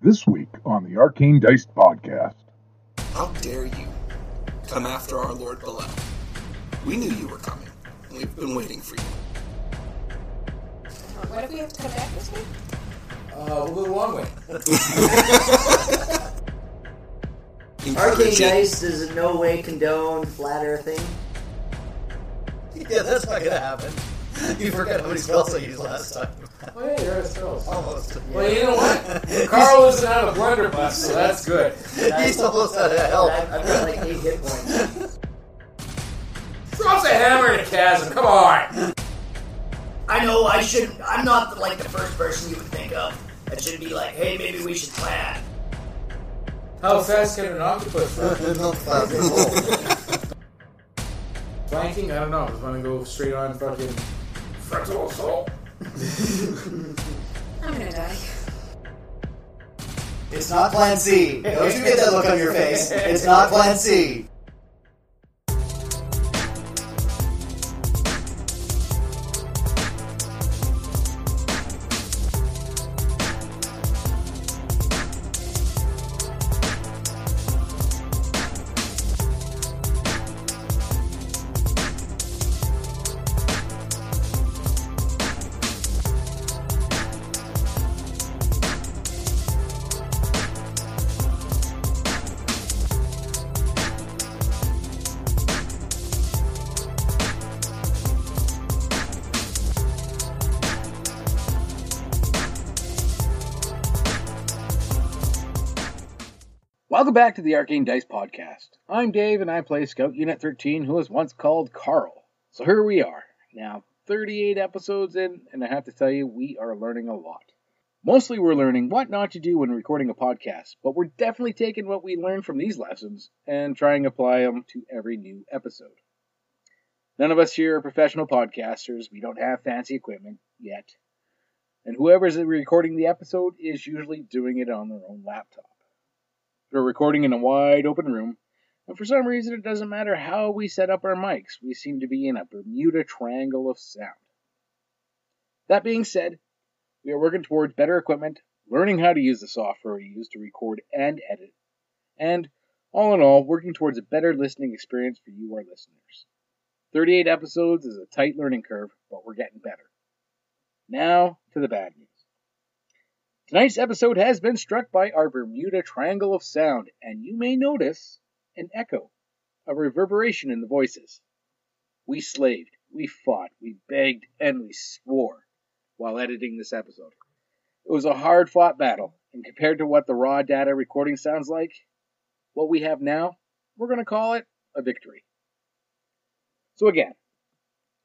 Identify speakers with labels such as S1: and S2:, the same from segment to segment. S1: This week on the Arcane Dice Podcast.
S2: How dare you come after our Lord Beloved? We knew you were coming. and We've been waiting for you.
S3: What if we have to come back this week?
S4: Uh, we'll go the long way. Arcane
S2: Encourage it.
S4: Dice is in no way condoned flat earthing.
S5: Yeah, that's not gonna happen. You forgot how many spells I used last time.
S4: Oh, yeah, you're ourselves.
S5: Almost.
S6: Well, you know what? Carl was not a blunderbuss, so that's good.
S5: He's almost out of hell.
S4: I've, I've got like eight hit points.
S6: Throws a hammer in a chasm. Come on.
S7: I know I shouldn't. I'm not like the first person you would think of. It should be like, hey, maybe we should plan.
S6: How fast can an octopus run?
S5: That's
S6: Flanking? I don't know. I just want to go straight on fucking frontal assault.
S3: I'm gonna die.
S5: It's not Plan C. Don't you get that look on your face. It's not Plan C.
S8: Welcome back to the Arcane Dice Podcast. I'm Dave, and I play Scout Unit 13, who was once called Carl. So here we are, now 38 episodes in, and I have to tell you, we are learning a lot. Mostly, we're learning what not to do when recording a podcast, but we're definitely taking what we learned from these lessons and trying to apply them to every new episode. None of us here are professional podcasters, we don't have fancy equipment yet, and whoever's recording the episode is usually doing it on their own laptop. We're recording in a wide open room, and for some reason it doesn't matter how we set up our mics, we seem to be in a Bermuda Triangle of sound. That being said, we are working towards better equipment, learning how to use the software we use to record and edit, and, all in all, working towards a better listening experience for you, our listeners. 38 episodes is a tight learning curve, but we're getting better. Now to the bad news. Tonight's episode has been struck by our Bermuda Triangle of sound, and you may notice an echo, a reverberation in the voices. We slaved, we fought, we begged, and we swore while editing this episode. It was a hard fought battle, and compared to what the raw data recording sounds like, what we have now, we're going to call it a victory. So, again,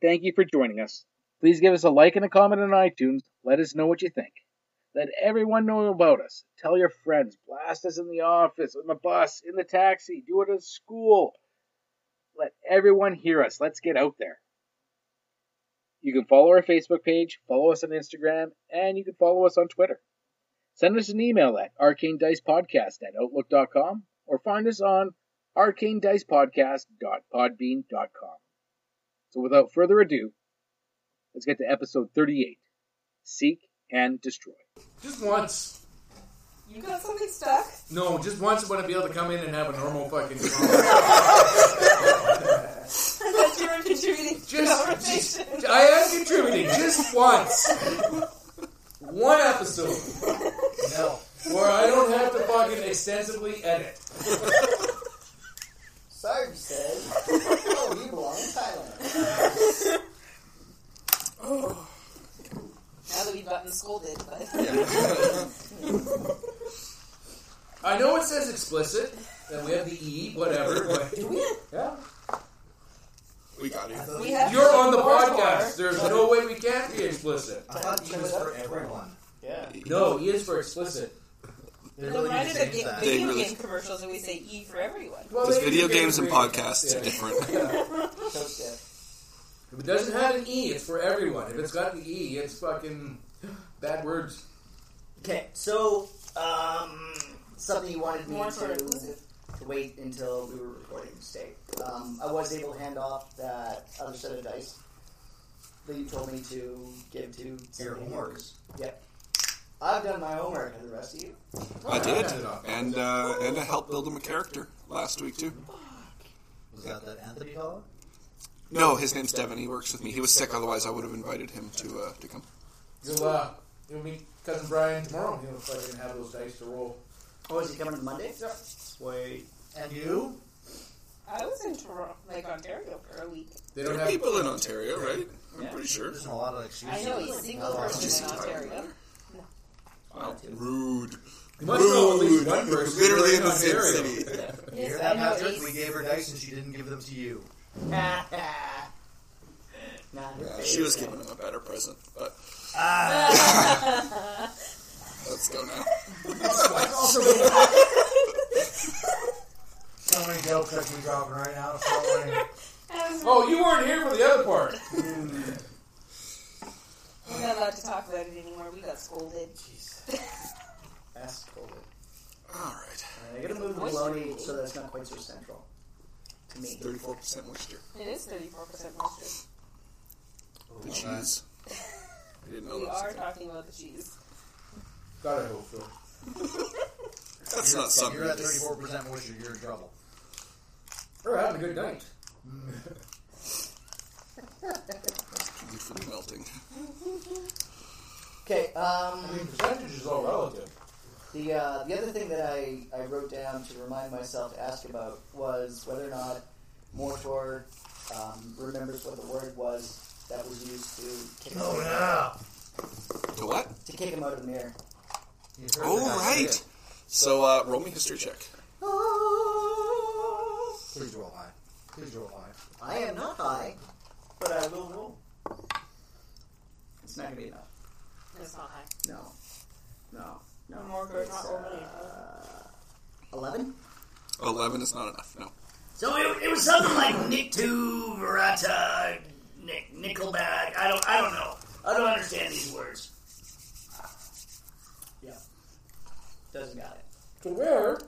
S8: thank you for joining us. Please give us a like and a comment on iTunes. Let us know what you think. Let everyone know about us. Tell your friends. Blast us in the office, on the bus, in the taxi. Do it at school. Let everyone hear us. Let's get out there. You can follow our Facebook page, follow us on Instagram, and you can follow us on Twitter. Send us an email at arcanedicepodcast at outlook.com or find us on arcanedicepodcast.podbean.com. So without further ado, let's get to episode 38 Seek and Destroy.
S6: Just once.
S3: You got something stuck?
S6: No, just once I want to be able to come in and have a normal fucking.
S3: I thought you were contributing to the
S6: Just,
S3: conversation.
S6: just- I am contributing just once. One episode. No. Where I don't have to fucking extensively edit.
S4: Sarge says, oh, you belong in Thailand.
S3: Now that we've gotten scolded, but
S6: I know it says explicit, and we have the E, whatever, but. Yeah.
S2: We got it.
S3: we have.
S6: You're on the
S3: more
S6: podcast. There's no way we can't be explicit.
S5: I thought E was for everyone.
S4: Yeah.
S6: No, he is for explicit.
S5: They
S3: more.
S5: really
S3: Reminded
S5: need to
S3: of
S5: change
S3: ga-
S5: that.
S3: video
S2: They really-
S3: game commercials that we say E for everyone.
S6: Well,
S2: Because
S6: they-
S2: video
S6: they-
S2: games and
S6: they-
S2: podcasts
S6: yeah.
S2: are different.
S6: If it doesn't have an E, it's for everyone. If it's got an E, it's fucking bad words.
S4: Okay, so, um, something you wanted me
S3: More sort of
S4: to,
S3: inclusive.
S4: to wait until we were recording today. Um, I was able to hand off that other set of dice that you told me to give to
S5: Your
S4: somebody.
S5: homework is
S4: Yep. I've done my homework, and the rest of you?
S2: I did, and uh, and I helped build him a character last week too.
S5: Was that that Anthony fellow?
S2: No, his name's Devin. He works with me. He was sick, otherwise I would have invited him to uh, to come.
S6: You'll, uh, you'll meet cousin Brian tomorrow. He'll fucking have those dice to roll.
S4: Oh, is he coming on Monday?
S3: Yep.
S4: Wait.
S5: And you?
S3: I was in Toronto, like Ontario, for a week.
S6: They
S2: There
S6: don't
S2: are
S6: have
S2: people in Ontario, right? I'm pretty sure.
S5: There's a lot of like.
S3: I know a
S5: Oh,
S3: single person in Ontario.
S2: Wow, rude.
S6: You must know at least one person.
S2: Literally
S6: who's
S2: in the same
S6: Ontario.
S2: city.
S3: Yes,
S5: that
S3: I know
S5: Patrick? We
S3: a
S5: gave her dice and she didn't give them to you.
S4: Not her
S2: Yeah,
S4: face.
S2: she was giving him a better present, but let's go now.
S5: So many jokes that we dropping right now. So many.
S6: Oh, you weren't here for the other part.
S3: We're not allowed to talk about it anymore. We got scolded.
S4: That's cool.
S2: All right,
S4: I gotta move the bologna so that's not quite so central to me.
S2: thirty-four percent moisture.
S3: It is 34% mustard.
S2: The cheese. I didn't
S5: Oh,
S2: know
S3: We
S2: that. was
S3: are
S2: a thing.
S3: talking about the cheese.
S6: God, I hope so.
S2: That's not
S5: If
S2: something.
S5: you're at
S2: that's-
S5: 34 percent moisture, you're in trouble.
S6: We're having a good night.
S2: Good for melting.
S4: Okay, um.
S6: I mean, percentage is all relative.
S4: The, uh, the other thing that I, I wrote down to remind myself to ask about was whether or not Mortor um, remembers what the word was that was used to kick, him,
S5: Oh, yeah.
S2: To what?
S4: to kick him out of the mirror.
S2: Oh right. So uh, roll me history check.
S5: Please roll high. Please roll high.
S4: I am not high, but I will roll. It's not going to be enough.
S3: That's not high.
S4: No. No. No.
S3: Mortor,
S4: It's,
S3: not
S4: uh,
S3: overly.
S4: 11?
S2: Eleven is not enough. No.
S7: So it, it was something like Nick Two Verata, Nick Nickelback. I don't I don't know. I don't understand these words.
S4: Yeah. Doesn't got it.
S6: So where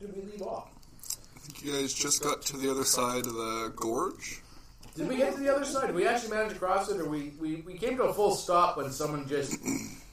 S6: did we leave off?
S2: I think you guys just got to the other side of the gorge.
S6: Did we get to the other side? Did we actually manage to cross it, or we, we, we came to a full stop when someone just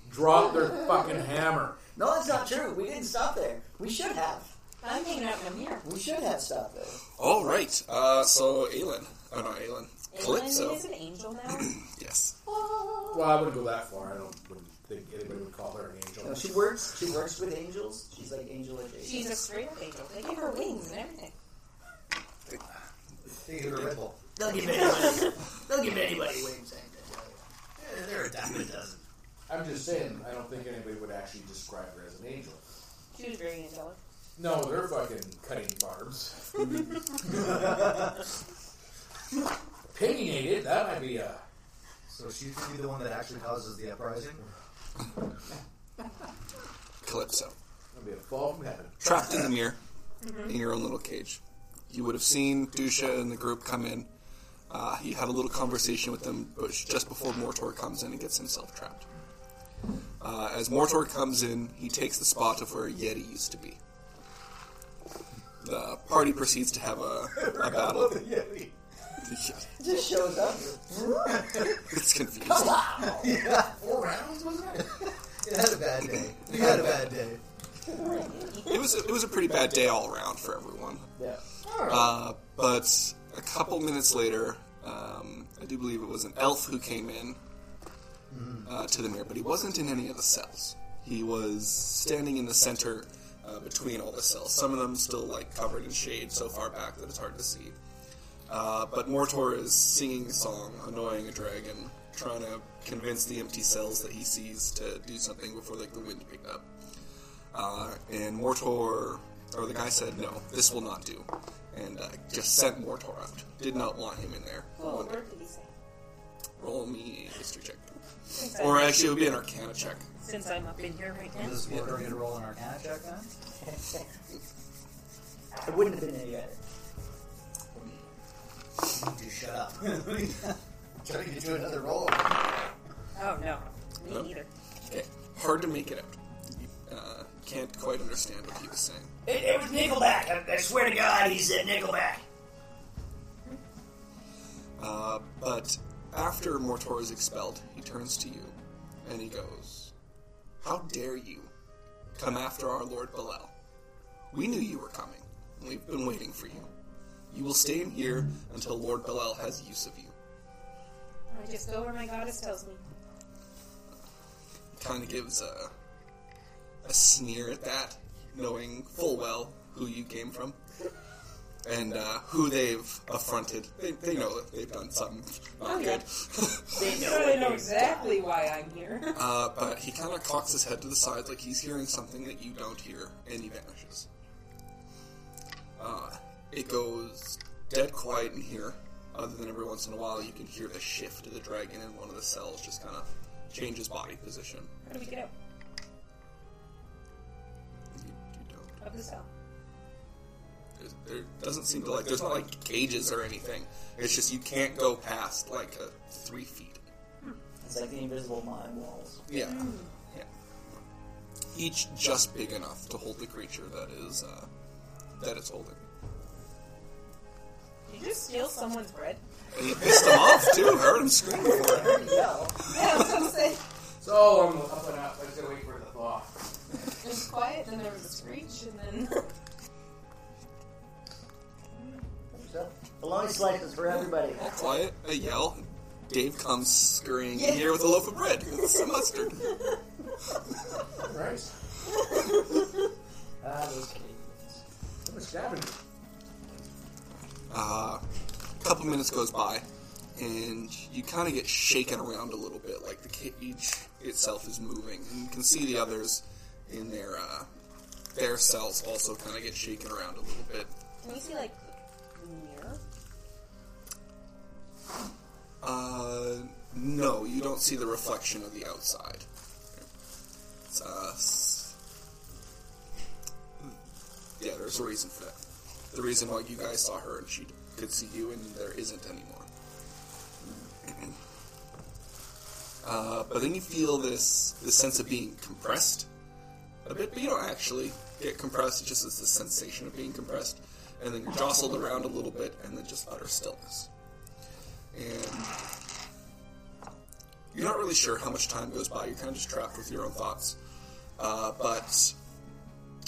S6: dropped their fucking hammer?
S4: No, that's not true. We didn't stop there. We should have.
S3: I'm hanging out in a mirror.
S4: We should have stopped there.
S2: All right. Uh, so Aelin. Oh no, Aelin.
S3: Aelin
S2: Calypso.
S3: is an angel now.
S2: Yes.
S6: Well, I wouldn't go that far. I don't wouldn't think anybody would call her an
S4: No,
S6: angel.
S4: she works. She works with angels. She's like angel adjacent.
S3: She's a straight up angel. They give her wings and everything.
S5: They give her a Red Bull.
S7: They'll give anybody. they'll give anybody away.
S5: Yeah, They're a dime a dozen.
S6: I'm just saying, I don't think anybody would actually describe her as an angel.
S3: She was very angelic.
S6: No, they're fucking cutting barbs. Opinionated, that might be a.
S5: So she's gonna be the one that actually causes the uprising.
S2: Calypso.
S6: That'd be a fall from heaven.
S2: Trapped in the mirror, in your own little cage. You would have seen Dusha and the group come in. Uh, you have a little conversation with them but just before Mortor comes in and gets himself trapped. Uh, as Mortor comes in, he takes the spot of where Yeti used to be. The party proceeds to have a, a battle.
S4: just shows up.
S2: It's confused.
S5: Four rounds, wasn't it? You had a bad day. You had a bad day.
S2: It was, it was a pretty bad day all around for everyone.
S4: Yeah.
S2: Uh, but a couple minutes later, um, I do believe it was an elf who came in uh, to the mirror, but he wasn't in any of the cells. He was standing in the center uh, between all the cells. Some of them still like covered in shade so far back that it's hard to see. Uh, but Mortor is singing a song, annoying a dragon, trying to convince the empty cells that he sees to do something before like the wind picked up. Uh, and Mortor, or the guy said, no, this will not do. And uh, just sent Mortor out. Did not want him in there.
S3: Oh, what word did he say?
S2: Roll me a history check. Or actually, it would be an arcana check.
S3: Since I'm up in here right now.
S5: Is this what we're gonna roll an Arcana check then?
S4: It wouldn't have been any better.
S5: You need to shut up. Trying to get you another roll.
S3: Oh, no. Me
S2: No.
S3: neither.
S2: Okay. Hard to make it out. Uh, can't quite understand what he was saying.
S7: It, it was Nickelback. I, I swear to God, he said Nickelback.
S2: Uh, but after Mortor is expelled, he turns to you and he goes, How dare you come after our Lord Belel. We knew you were coming, and we've been waiting for you. You will stay in here until Lord Belel has use of you.
S3: I just go where my goddess tells me.
S2: Kind of gives a, a sneer at that, knowing full well who you came from and uh, who they've affronted. They, they know that they've done something not good.
S3: They really know exactly why I'm here.
S2: Uh, but he kind of cocks his head to the side like he's hearing something that you don't hear, and he vanishes. Uh, it goes dead quiet in here, other than every once in a while you can hear the shift of the dragon in one of the cells just kind of change his body position.
S3: How do we get out
S2: You, you don't.
S3: of the cell?
S2: There's, there doesn't seem to like, there's not like cages or anything. It's just you can't go past like uh three feet.
S4: It's like the invisible mind walls.
S2: Yeah. Yeah. Each just big enough to hold the creature that is uh, that it's holding.
S3: Did you just steal someone's bread?
S2: And he pissed him off too. I heard him scream for it.
S4: No.
S3: Yeah, I was gonna say.
S6: So I'm up and up. I just gotta wait for the thaw.
S3: It was quiet, then there was a screech, and then.
S4: So, the longest life is for everybody.
S2: Quiet, a yell. Dave comes scurrying in here with a loaf of bread and some mustard.
S6: Right?
S4: Ah, those Canadians.
S6: So much damage.
S2: Uh, a couple minutes goes by, and you kind of get shaken around a little bit, like the cage itself is moving, and you can see the others in their uh, their cells also kind of get shaken around a little bit.
S3: Can we see, like, the mirror?
S2: Uh, no, you don't see the reflection of the outside. It's, uh, s- yeah, there's a reason for that. The reason why you guys saw her and she could see you, and there isn't anymore. uh, but then you feel this this sense of being compressed a bit, but you don't actually get compressed. It just is the sensation of being compressed, and then you're jostled around a little bit, and then just utter stillness and you're not really sure how much time goes by. You're kind of just trapped with your own thoughts. Uh, but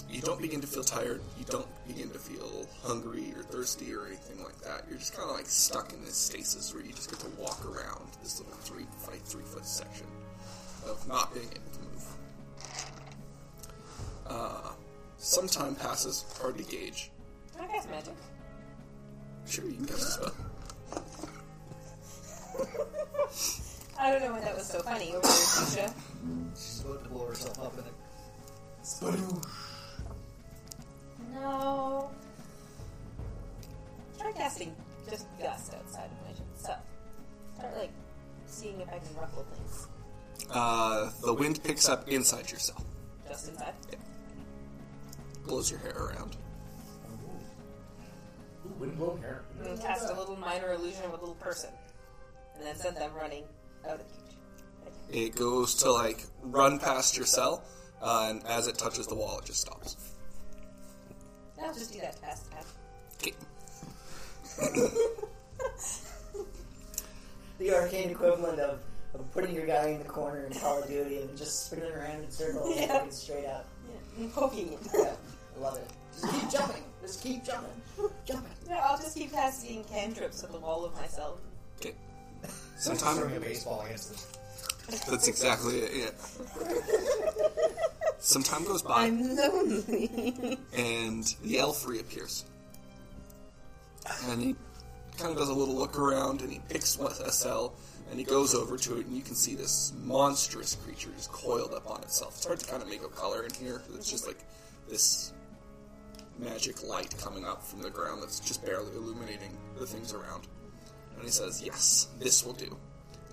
S2: you don't begin to feel tired. You don't begin to feel hungry or thirsty or anything like that. You're just kind of like stuck in this stasis where you just get to walk around this little three by three foot section of not being able to move. Uh, some time passes, hard to gauge.
S3: Can I cast magic?
S2: Sure, you can cast a spell.
S3: I don't know why that was so funny over there, Keisha.
S4: She's about to blow herself up in a
S3: No. Try casting just dust outside of my cell. Start, like, seeing if I can ruffle things
S2: Uh, the wind picks up inside yourself.
S3: just inside.
S2: blows your hair around.
S6: Ooh, windblown hair.
S3: And then cast a little minor illusion of a little person. And then send them running out of the cage.
S2: It goes to like run past your cell, uh, and as it touches the wall, it just stops.
S3: I'll just do that fast.
S2: Okay.
S4: the arcane equivalent of, of putting your guy in the corner in Call of Duty and just spinning around in circles
S3: Yeah.
S4: and looking straight up.
S3: I'm poking it.
S4: Yeah, I love it. Just keep jumping. Just keep jumping. Jumping.
S3: No, I'll just keep casting cantrips at the wall of myself.
S2: Okay.
S5: I'm
S2: Sometimes
S5: throwing a baseball against them.
S2: that's exactly it. Yeah. Some time goes by,
S3: lonely.
S2: and the elf reappears, and he kind of does a little look around, and he picks one- a cell, and he goes over to it, and you can see this monstrous creature just coiled up on itself. It's hard to kind of make out color in here. It's just like this magic light coming up from the ground that's just barely illuminating the things around. And he says, Yes, this will do.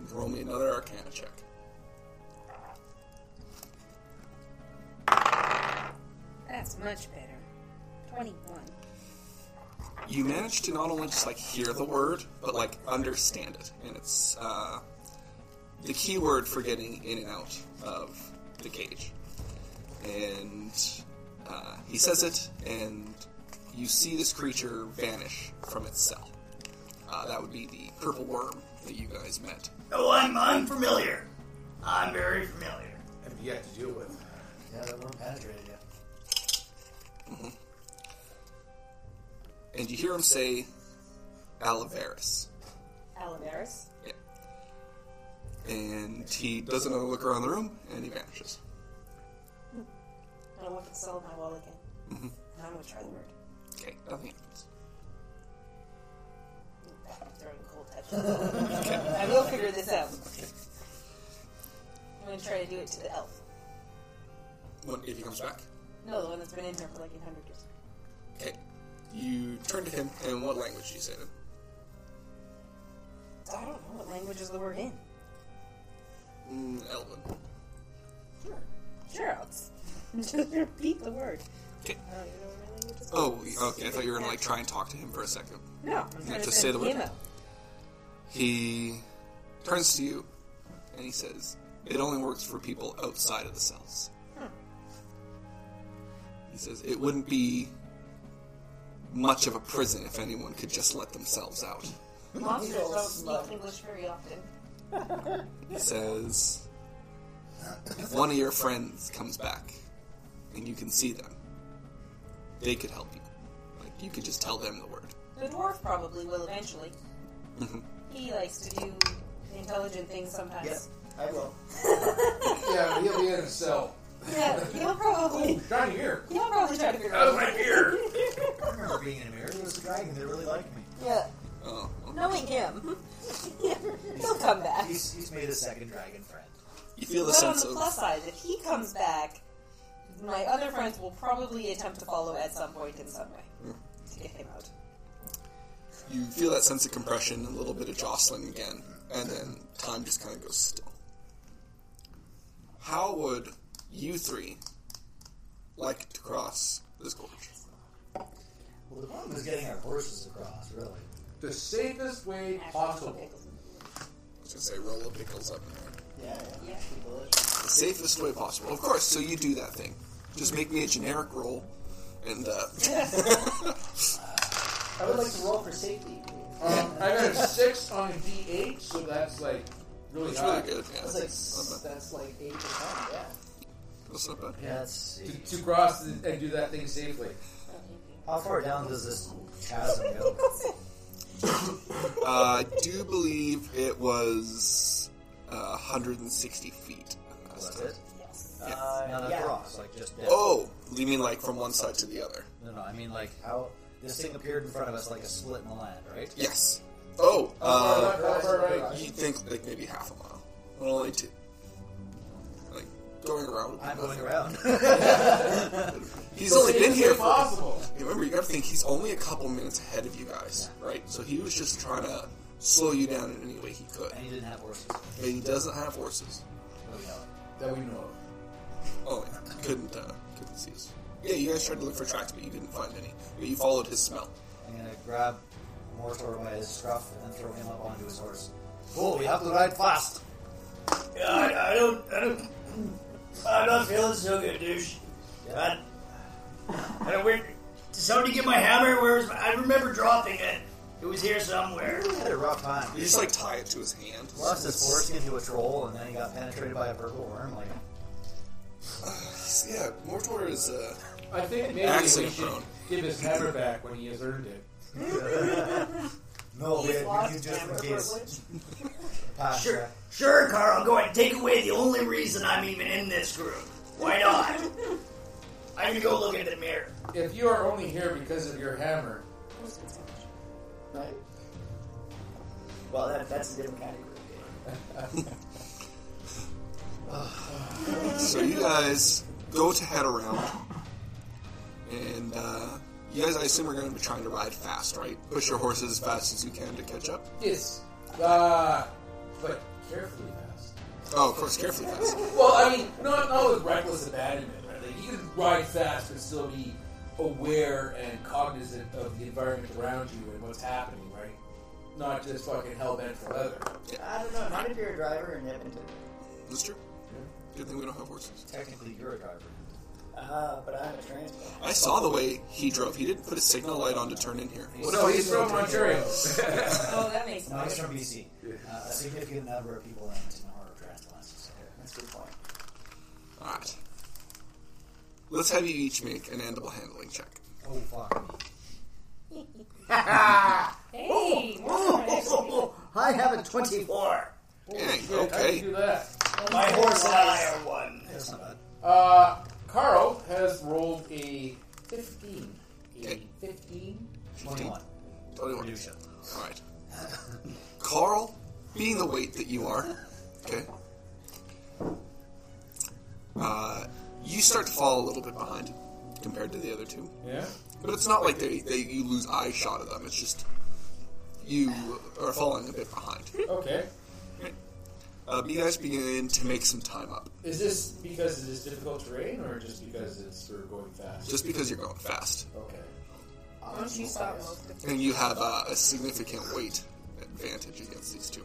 S2: And roll me another arcana check.
S3: That's much better. 21.
S2: You manage to not only just like hear the word, but like understand it. And it's uh, the key word for getting in and out of the cage. And uh, he says it, and you see this creature vanish from its cell. Uh, that would be the purple worm that you guys met.
S7: Oh, I'm, I'm familiar. I'm very familiar.
S6: Have yet to deal with.
S5: Yeah, that room penetrated you.
S2: and you hear him say Alaveris.
S3: Alaveris.
S2: And he does another look around the room and he vanishes.
S3: I'm looking still on my wall again. And I'm gonna try the word.
S2: Okay, nothing happens.
S3: Throwing cold touches. I will figure this out. I'm gonna try to do it to the elf.
S2: When, if he comes back,
S3: No, the one that's been in here for like 800 years.
S2: okay, you turn to him and what language do you say to him?
S3: So I don't know what languages the word in.
S2: Mm, Elven.
S3: Sure. Sure, I'll just- just repeat the word. Um,
S2: Okay.
S3: I don't even know what my language is.
S2: Oh, okay. I thought you were gonna like try and talk to him for a second.
S3: No, I'm
S2: Yeah,
S3: trying to
S2: just say the word.
S3: him out.
S2: He turns to you and he says, It only works for people outside of the cells. He says, It wouldn't be much of a prison if anyone could just let themselves out. Mm-hmm.
S3: Monsters don't speak English very often.
S2: He says, If one of your friends comes back and you can see them, they could help you. Like, you could just tell them the word.
S3: The dwarf probably will eventually.
S2: Mm-hmm.
S3: he likes to do intelligent things sometimes.
S4: Yep, I will.
S6: Yeah, he'll be in himself.
S3: Yeah, he'll probably
S6: Down here.
S3: he'll probably try to figure out.
S6: Right here.
S5: I remember being in America. There was a guy that really liked me.
S3: Yeah,
S2: Oh, okay.
S3: knowing him, he'll come back.
S5: He's, he's made a second dragon friend.
S2: You feel the
S3: But on
S2: sense
S3: the
S2: of.
S3: plus side, if he comes back, my other friends will probably attempt to follow at some point in some
S2: Mm.
S3: way to get him out.
S2: You feel that sense of compression, a little bit of jostling again, and then time just kind of goes still. How would you three like to cross this gorge?
S5: Well, the problem is getting our horses across, really.
S6: The safest way possible.
S2: I was gonna say roll the pickles up.
S4: Yeah, yeah.
S3: Yeah.
S4: People,
S2: The safest way possible, of course. So you do that thing. Just make me a generic roll, and uh,
S4: I would like to roll for safety.
S6: Um, I got a six on a D8, so that's like really
S2: it's
S6: high.
S2: really good. Yeah,
S4: That's like s-
S2: that's not bad.
S4: that's like eight percent. Yeah.
S2: That's not bad.
S5: Yeah, let's see.
S6: To, to cross and and do that thing safely.
S5: How far down does this chasm go?
S2: Uh, I do believe it was uh, 160 feet.
S5: That's it?
S3: Yes.
S5: Uh, not
S4: yeah.
S5: across, like just down.
S2: Oh, you mean like from one side to the other?
S5: No, no, I mean like how this thing appeared in front of us like a split in the land, right?
S2: Yes. Oh, uh,
S6: Far left, far right.
S2: you think like maybe half a mile. Well, only two. Like going around. would be
S5: I'm
S2: nothing.
S5: going around.
S2: He's only been
S6: Safest
S2: here
S6: way
S2: for.
S6: possible.
S2: Remember, you got to think he's only a couple minutes ahead of you guys, right? So he was just trying to slow you down in any way he could.
S5: and he didn't have horses.
S2: But he doesn't have horses.
S5: Oh, yeah.
S6: That we know of.
S2: Oh, yeah. couldn't uh, couldn't see us. Yeah, you guys tried to look for tracks, but you didn't find any. But you followed his smell.
S5: I'm gonna grab Mortor by his scruff and throw him up onto his horse. Cool, we have to ride fast.
S7: Yeah, I, I don't, I don't, I'm not feeling so good, douche.
S5: Yeah.
S7: I, I don't, where, did somebody get my hammer? Where was my, I remember dropping it. It was here somewhere.
S5: He had a rough time.
S2: You just like tie it to his hand.
S5: Lost his foreskin to a troll, and then he got penetrated by a purple worm. Like,
S2: Yeah, Mortor is. Uh,
S6: I think maybe
S2: Accident
S6: we should
S2: prone.
S6: give his hammer back when he has earned it.
S5: no,
S3: He's
S5: we
S3: lost
S5: can just in
S3: hammer
S5: case.
S3: privilege.
S5: Pass.
S7: Sure, sure, Carl, go ahead. Take away the only reason I'm even in this group. Why not? I'm gonna go look in the mirror.
S6: If you are only here because of your hammer,
S4: Right. Well, that, that's a different category.
S2: So you guys go to head around, and uh, you guys, I assume, are going to be trying to ride fast, right? Push your horses as fast as you can to catch up.
S6: yes, uh, but carefully fast.
S2: Oh, of course, carefully fast.
S6: Well, I mean, not not with reckless abandonment. Right? Like you can ride fast but still be aware and cognizant of the environment around you and what's happening, right? Not just fucking hell bent for leather.
S4: I don't know. Not if you're a driver in Edmonton.
S2: That's true. Good thing we don't have horses.
S5: Technically, you're a driver.
S4: Uh, but I'm a transplant.
S2: I saw the way he drove. He didn't put his signal light on to turn in here. Well,
S6: no, he's from
S5: from
S6: Ontario.
S3: Oh, that makes
S5: No, he's
S3: sense.
S5: from BC. Uh, a significant number of people in Edmonton are transplants.
S4: That's a good point.
S2: All right. Let's have you each make an animal handling check.
S9: Oh, fuck me.
S5: Oh,
S3: Hey, more actually.
S9: I have a 24.
S2: Dang,
S6: How do you
S2: okay.
S6: do that?
S10: My horse and I are one.
S9: That's not bad.
S6: Uh, Carl has rolled a 15. A
S2: Okay.
S6: 15?
S9: 21.
S2: Twenty-one.
S9: New shit.
S2: All right. Carl, being the weight that you are, okay, uh, you start to fall a little bit behind compared to the other two.
S6: Yeah?
S2: But it's not like they, they you lose eye shot of them. It's just you are falling a bit behind.
S6: Okay.
S2: Uh, but you guys begin to make some time up,
S6: Is this because it is difficult terrain or just because it's we're going fast?
S2: just because you're going fast
S6: Okay.
S3: Don't you stop most of
S2: and you have uh, a significant weight advantage against these two.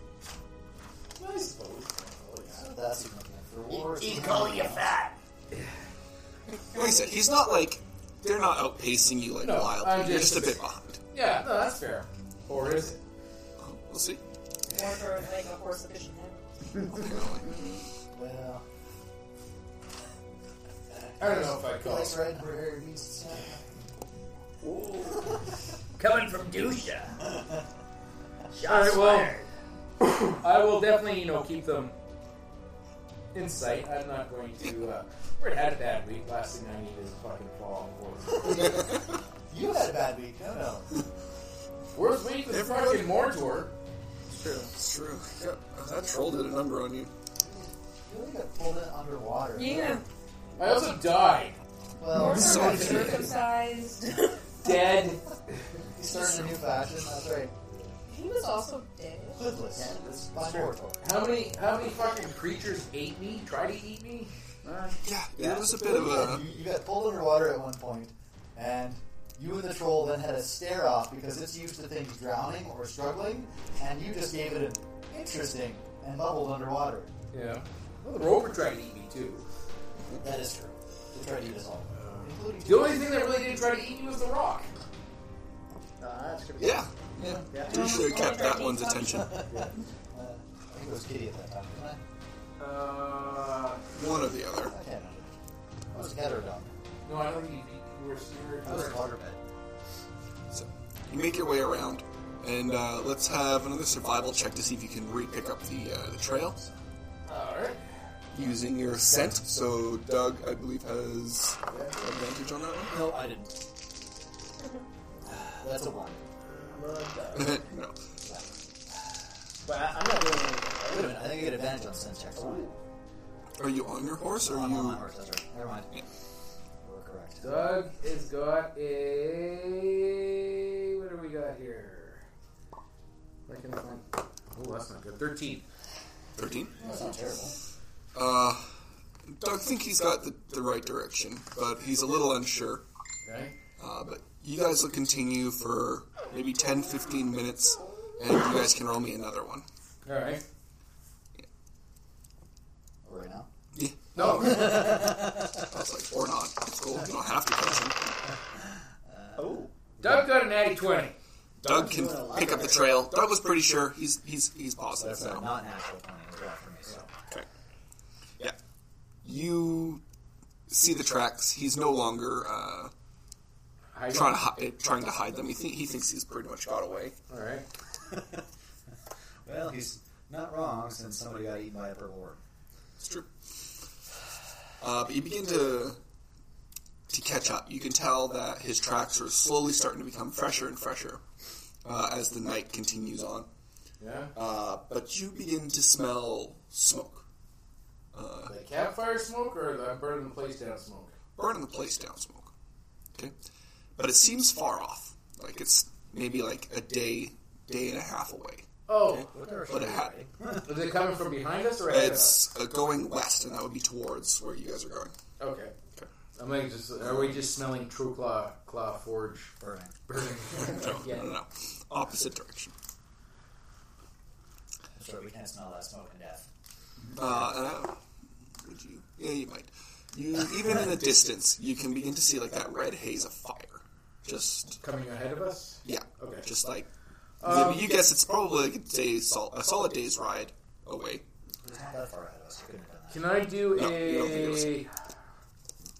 S6: I suppose. Oh, yeah.
S5: That's significant. For war,
S10: He calling you fat.
S2: Like I said, he's not like they're not outpacing you like
S6: No,
S2: wildly.
S6: I'm
S2: You're
S6: just-
S2: just a bit behind.
S6: Yeah, no, that's fair. Or is it?
S2: We'll see.
S3: more for like a horse efficient animal.
S2: Apparently.
S5: well,
S6: I don't know if I call
S5: Alex
S6: it.
S5: Redenberg needs to stop.
S10: Coming from Dusha. Shots
S6: Alright, well-
S10: fired.
S6: I will definitely, you know, keep them in sight. I'm not going to. Uh, we had a bad week. Last thing I need is a fucking fall for
S5: You had a bad week. No, no.
S6: Worst week was fucking Mordor.
S2: It's true. Yep. That troll did a number on you.
S5: You only got pulled in underwater.
S3: Yeah,
S6: I also died.
S5: Well,
S3: more
S5: he's
S3: for
S2: So
S3: like
S2: cute.
S3: circumcised.
S6: Dead.
S5: starting a new fashion. That's right.
S3: He was also dead.
S5: Hoodless. It's by Mordor.
S6: How many how many fucking creatures ate me? Tried to eat me? Uh,
S2: Yeah, it was a bit of a.
S5: You, you got pulled underwater at one point, and you and the troll then had a stare off because it's used to things drowning or struggling, and you just gave it an interesting and bubbled underwater.
S6: yeah. Well, Oh, the rover tried to eat me too.
S5: That is true. They tried to eat us all, including
S6: The only thing that really didn't try to eat me was the rock.
S9: Uh, that's gonna be-
S2: Yeah. Yeah. You should have kept that
S3: Yeah.
S2: one's attention.
S5: Uh, I think it was Kitty at that time, wasn't
S6: Uh,
S2: One or the other.
S5: I? I can't remember. I was a cat or a dog.
S6: no, I don't think you, you were scared.
S5: I was a water pet.
S2: So you make your way around, and uh, let's have another survival check to see if you can re-pick up the uh, the trail
S6: All right.
S2: using your scent. So Doug, I believe, has advantage on that
S5: No, I didn't. That's a one.
S2: one. no.
S5: But I, I'm not doing anything. Wait a minute, I think I get advantage on sense checks.
S2: Are you on your horse, or are
S5: I'm on my
S2: you?
S5: horse, that's right. Never mind.
S2: Yeah.
S5: We're correct.
S6: Doug has got a. What do we got here? I can find. Oh, that's not good. Thirteen.
S2: Thirteen.
S5: That's not terrible.
S2: Uh, Doug think he's got the, the right direction, but he's a little unsure.
S6: Okay.
S2: Uh, but you guys will continue for maybe 10, 15 minutes, and you guys can roll me another one.
S6: All right.
S5: Right now?
S2: Yeah,
S6: No.
S2: I was like, or not. It's cool. You don't have to catch him.
S5: Oh.
S6: Doug got an natty twenty.
S2: Doug can pick up the trail. Doug was pretty sure. He's he's he's positive
S5: That's a
S2: now.
S5: not natural 20 as well for me, so.
S2: Okay. Yeah. You see the tracks. He's no longer uh,
S6: I
S2: trying to hi- trying to hide them. He, th- he thinks he's pretty much got away.
S6: All right.
S5: Well, he's not wrong since somebody got eaten by a purple worm.
S2: It's true. Uh, but you begin to to catch up. You can tell that his tracks are slowly starting to become fresher and fresher uh, as the night continues on.
S6: Yeah.
S2: Uh, but you begin to smell smoke, Uh,
S6: The campfire smoke or the burning the place down smoke?
S2: burning the place down smoke. Okay, but it seems far off. Like it's maybe like a day, day and a half away.
S6: Oh,
S2: But it ha-
S6: is it coming from behind us or ahead of us?
S2: it's uh, going west, and that would be towards where you guys are going.
S6: Okay.
S2: Okay.
S6: I'm like, just are we just smelling True Claw Claw Forge?
S5: Burning.
S2: No,
S6: Yeah.
S2: no, no, no. opposite direction.
S5: That's right, we can't smell that smoke and death.
S2: Uh, and I- would you? Yeah, you might. You even in the distance, you can begin to see like that red haze of fire. Just
S6: Coming ahead of us?
S2: yeah,
S6: Okay.
S2: just like maybe you guess Um, it's probably like a day's sol- a solid day's ride away.
S5: It's not that far ahead of us. We couldn't have done
S6: Can I do
S2: No, you don't think it
S6: a?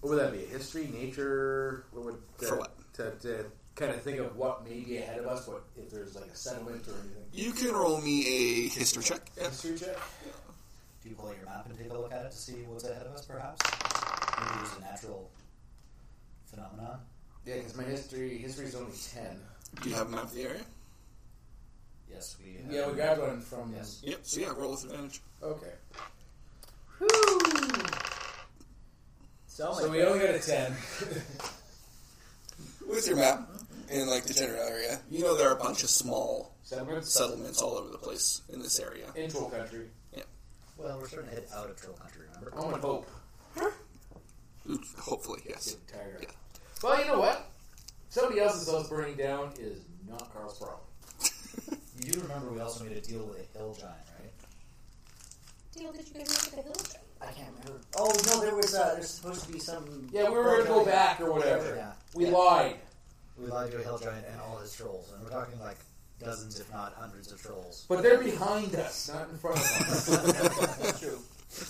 S6: What would that be? History, nature? What would uh,
S2: For what?
S6: To, to kind of think of what may be ahead of us. What if there's like a settlement or anything?
S2: You can roll me a history check. Yep.
S6: History check.
S5: Do you pull out your map and take a look at it to see what's ahead of us, perhaps? Maybe it's a natural phenomenon.
S6: Yeah, because my history history is only ten.
S2: Do you have a map of the area?
S5: Yes, we. Have.
S6: Yeah, we grabbed one from.
S5: Yes.
S2: Yep. So yeah, roll with advantage.
S6: Okay.
S4: So,
S6: So we only got a ten.
S2: With your map in like the general area, you know there are a bunch of small
S6: Settlements.
S2: settlements all over the place in this area.
S6: In troll country.
S5: Well, we're starting to head out of Troll Country, remember?
S6: I want hope.
S2: Hopefully, yes.
S6: Get tired.
S2: Yeah.
S6: Well, you know what? Somebody else's house burning down is not Carl's problem.
S5: You do remember we also made a deal with a hill giant, right?
S3: Deal that you can make at the hill giant.
S4: I can't remember. Oh no, there was uh, there's supposed to be some.
S6: Yeah, we were going to go back or whatever.
S5: Yeah.
S6: We lied.
S5: We lied to a hill giant and all his trolls, and we're talking like dozens, if not hundreds, of trolls.
S6: But they're behind us, not in front of us.
S4: That's true.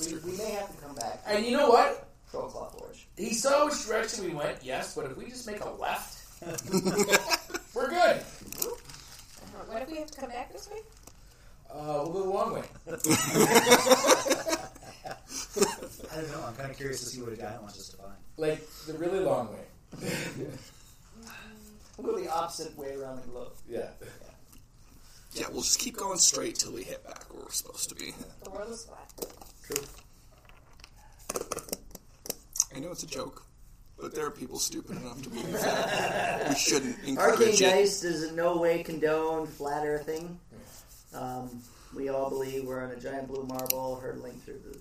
S4: We, we may have to come back.
S6: and you know what?
S4: Troll Claw Forge.
S6: He saw which direction we went, yes, but if we just make a left, we're good.
S3: What if we have to come back this way?
S6: Uh, we'll go the long way.
S5: I don't know. I'm kind of curious to see what a giant wants us to find.
S6: Like, the really long way.
S4: We'll go the opposite way around the globe.
S6: Yeah.
S2: Yeah, we'll just keep going straight till we hit back where we're supposed to be.
S3: The world is flat.
S2: I know it's a joke, but there are people stupid enough to believe that. We shouldn't
S4: Arcane
S2: encourage it.
S4: Dice does in no way condone flat earthing. Um, we all believe we're on a giant blue marble hurtling through the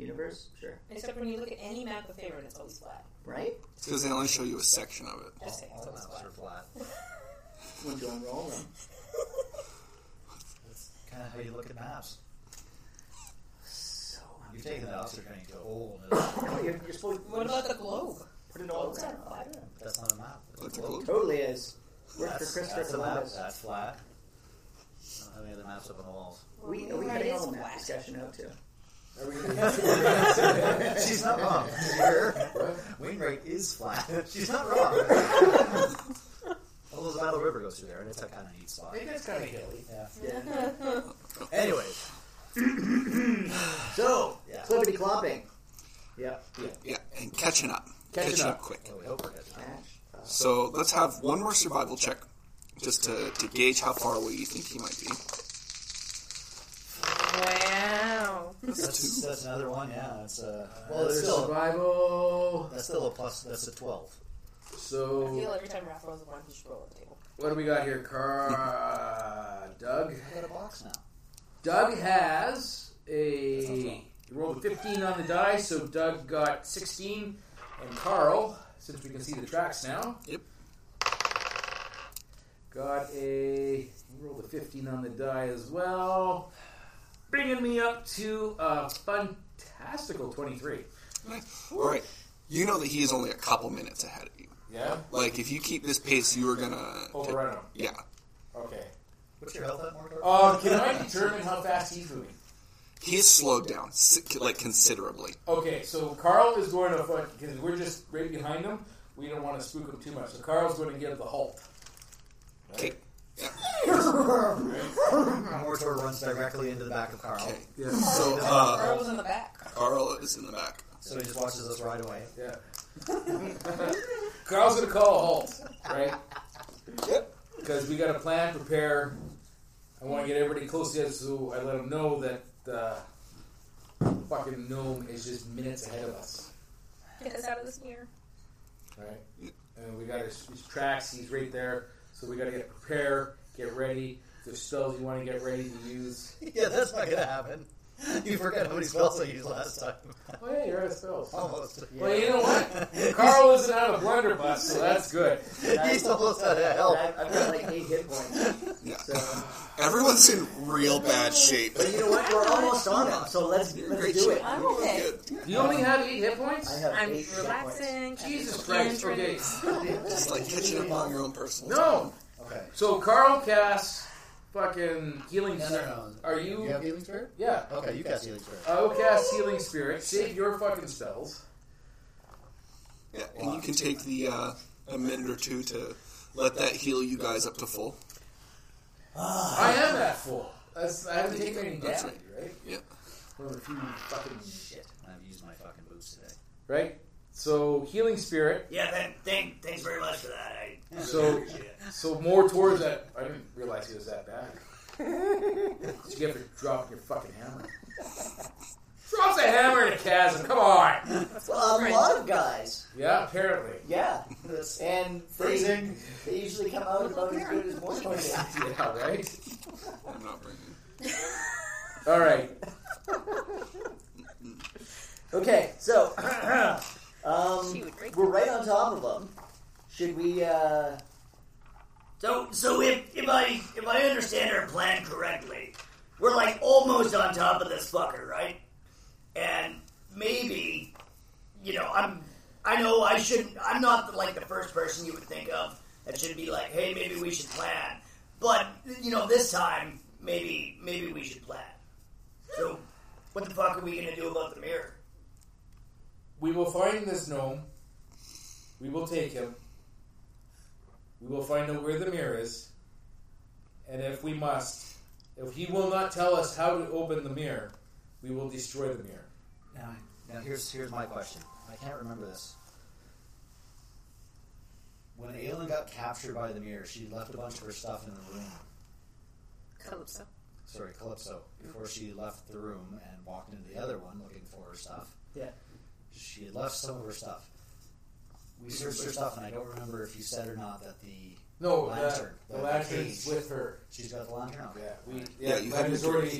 S4: universe. Sure.
S3: Except when you look at any map of Faerun, it's always flat.
S4: Right?
S2: Because they only show you a section of it.
S3: Just saying, it's
S5: All
S3: always
S5: maps
S3: flat.
S5: are flat.
S4: When John roll them.
S5: That's kind of how you look at maps.
S4: So
S5: You've taken the observer training to a whole nother-
S4: no, Oh, you're, you're supposed to
S3: What about the globe?
S4: put it all
S3: Globe's
S4: around.
S3: not flat.
S5: That's not a map.
S2: That's a globe.
S4: Totally is. Worked for
S5: That's,
S4: Christopher
S5: that's a map.
S4: Columbus.
S5: That's flat. I don't have any other maps up on the walls.
S4: We are we
S3: It
S4: getting
S3: is
S4: all the map
S3: flat.
S4: discussion out too.
S5: She's not wrong. Sure. Wainwright is flat. She's not wrong. Although the Battle River goes through there, and it's a kind of neat spot.
S6: Maybe it's kind of hilly.
S5: Yeah.
S4: Yeah.
S5: Anyways,
S4: so
S5: Yeah.
S4: clippity clopping. Yep.
S2: Yeah, and catching up. Catching, up. quick.
S5: well, we hope we're good.
S4: Ash. Uh,
S2: So let's have one more survival check just to, to gauge how far away you think he might be.
S3: Wow.
S5: That's, that's another one. Yeah. That's uh,
S6: Well,
S5: that's
S6: there's
S5: still
S6: survival.
S5: that's still a plus. That's a twelve.
S3: I feel
S6: So,
S3: every time Raph rolls a one, he should roll a table.
S6: what do we got here? Car. Uh, Doug.
S5: We've got a box now.
S6: Doug has a. He rolled a 15 on the die, so Doug got 16. And Carl, since we can see the tracks now.
S2: Yep.
S6: Got a. He rolled a 15 on the die as well. Bringing me up to a fantastical 23.
S2: All right. You know that he is only a couple minutes ahead of you.
S6: Yeah?
S2: Like, if you keep this pace, you are gonna.
S6: Overrun him.
S2: Yeah.
S6: Okay.
S5: What's your health at, Mordor?
S6: Um, can I determine how fast he's moving?
S2: He is slowed down, si- like, considerably.
S6: Okay, so Carl is going to front because we're just right behind him. We don't want to spook him too much. So Carl's going to give the halt.
S2: Okay.
S5: Mordor runs directly into the back of Carl,
S2: Okay.
S6: Yeah.
S2: So, uh,
S3: Earl was in the back.
S2: Carl is in the back.
S5: so he just watches us ride away.
S6: Yeah. Carl's going to call a halt, right?
S2: Yep.
S6: Because we got a plan, prepare. I want to get everybody close to us so I let them know that the fucking gnome is just minutes ahead of us.
S3: Get us out of this mirror.
S6: right? And we got his, his tracks. He's right there, so we got to get prepared, get ready. There's spells you want to get ready to use.
S5: Yeah, that's not gonna happen. You forgot how many spells I used last time.
S6: Oh yeah, you're out of spells.
S5: Almost.
S6: Well, you know what? Carl isn't out of blunderbuss, so that's good.
S5: He's almost out of
S4: I-
S11: Oh,
S5: health.
S4: I've got like eight hit points.
S2: Yeah.
S4: So,
S2: Everyone's in real bad shape.
S4: but you know what? We're almost on it. So let's let's
S2: Great
S4: do
S2: shape.
S4: it.
S3: I'm okay.
S2: Good.
S6: You only have eight hit
S4: I
S6: points?
S4: have
S3: I'm
S4: eight hit points.
S3: relaxing.
S6: Jesus Christ! Okay.
S2: Just like catching up on your own personal.
S6: No.
S5: Okay.
S6: So Carl casts fucking healing.
S5: No,
S6: Spirit.
S5: no, no.
S6: Are
S5: You
S6: you?
S5: have healing spirit?
S6: Yeah.
S5: Okay, you cast healing spirit.
S6: I will cast healing spirit. Save your fucking spells.
S2: can take the uh, a minute or two to let that heal you guys up to full.
S6: I am at full. That's, I haven't taken any
S2: That's
S6: damage, right?
S2: Yeah.
S6: One of the few fucking shit.
S5: I've used my fucking boots today.
S6: Right? So, healing spirit.
S4: Yeah, thank, thank, thanks very much for that. I really
S6: So-
S4: appreciate it.
S6: So, more towards that. I didn't realize it was that bad. What you get for dropping your fucking hammer? Drops a hammer in a chasm. Come on.
S11: Well, a lot of guys.
S6: Yeah, apparently.
S11: Yeah. And they, they usually come out about as good as more guys.
S6: Yeah, right?
S2: I'm not bringing.
S6: All right.
S11: Okay, so
S3: She
S11: um,
S3: would break
S11: we're right on top of them. Should we? Uh,
S4: So, so if, if I if I understand our plan correctly, we're like almost on top of this fucker, right? And maybe, you know, I'm I know I shouldn't. I'm not like the first person you would think of that should be like, hey, maybe we should plan. But you know, this time maybe maybe we should plan. So, what the fuck are we gonna do about the mirror?
S6: We will find this gnome. We will take him. We will find out where the mirror is. And if we must, if he will not tell us how to open the mirror, we will destroy the mirror.
S5: Now, now here's here's my question. I can't remember this. When Aelin got captured by the mirror, she left a bunch of her stuff in the room.
S3: Calypso.
S5: Sorry, Calypso. Before she left the room and walked into the other one looking for her stuff.
S11: Yeah.
S5: She had left some of her stuff. We searched her stuff, and I don't remember if you said or not that the
S6: No,
S5: lantern.
S6: the, the lantern's
S5: cage-
S6: with her.
S5: She's got the lantern. out.
S6: Yeah, we,
S2: Yeah,
S6: yeah,
S2: you
S6: you
S2: have
S6: have
S2: your
S6: his
S2: gear with
S6: already.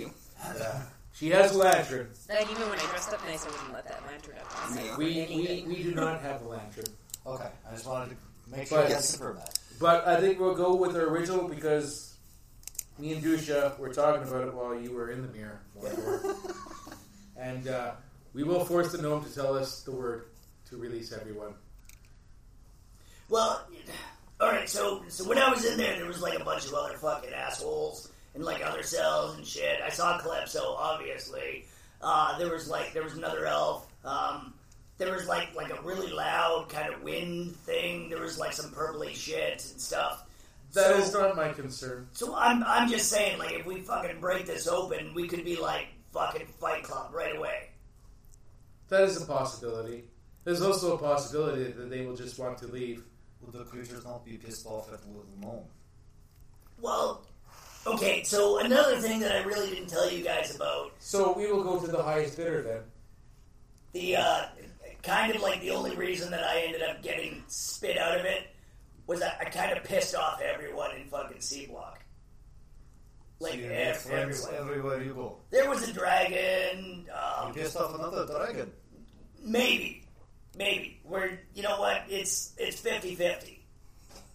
S2: you.
S5: uh,
S6: She has a lantern.
S3: And even when I dressed up nice, I wouldn't let that lantern out.
S2: Yeah.
S6: We, we, we do not have a lantern.
S5: Okay, I just wanted to make sure I
S6: But-
S5: could confirm that.
S6: But I think we'll go with the original because me and Dusha were talking about it while you were in the mirror. and uh, we will force the gnome to tell us the word to release everyone.
S4: Well, all right. So, so when I was in there, there was like a bunch of other fucking assholes and like other cells and shit. I saw Calypso, obviously. Uh, there was like there was another elf. Um, there was like like a really loud kind of wind thing. There was like some purpley shit and stuff.
S6: That
S4: so,
S6: is not my concern.
S4: so I'm I'm just saying, like, if we fucking break this open, we could be like fucking Fight Club right away.
S6: That is a possibility. There's also a possibility that they will just want to leave.
S5: Would the creatures not be pissed off at the little gnome?
S4: Well, okay. So another thing that I really didn't tell you guys about
S6: So we will go to the highest bidder then.
S4: The uh, kind of like the only reason that I ended up getting spit out of it was I, I kind of pissed off everyone in fucking C Block. Like
S5: you
S4: ev-
S5: make friends
S4: everyone.
S5: everywhere you go.
S4: There was a dragon.
S5: You
S4: Um,
S5: pissed off another dragon.
S4: maybe, maybe. We're you know what? It's it's 50-50.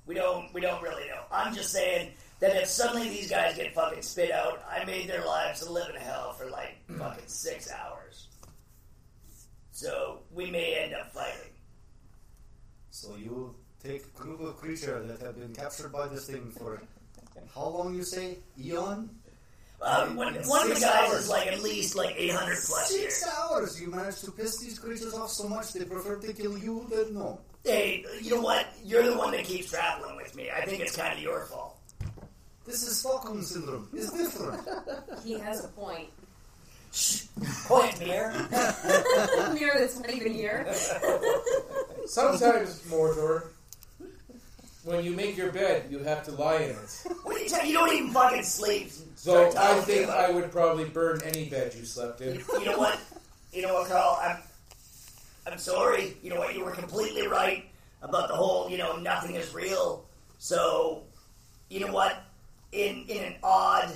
S4: We don't we don't really know. I'm just saying that if suddenly these guys get fucking spit out, I made their lives a living hell for like fucking six hours. So we may end up fighting.
S5: So you take a group of creatures that have been captured by this thing for how long you say? Eon?
S4: Um, one, one of the
S5: Six
S4: guys
S5: hours.
S4: is like at least like 800 plus
S5: Six
S4: years.
S5: hours! You managed to piss these creatures off so much they prefer to kill you than no.
S4: Hey, you know what? You're the one that keeps traveling with me. I think it's kind of your fault.
S5: This is Stockholm syndrome. It's different.
S3: He has a point.
S4: Point, Mir.
S3: mirror that's not even here.
S6: Sometimes, Mordor, when you make your bed, you have to lie in it.
S4: What are you talking? You don't even fucking sleep.
S6: So
S4: Start
S6: I
S4: talking
S6: think
S4: about
S6: I
S4: it.
S6: would probably burn any bed you slept in.
S4: You know what? You know what, Carl? I'm, I'm sorry. You know what? You were completely right about the whole, you know, nothing is real. So, you know what? In in an odd,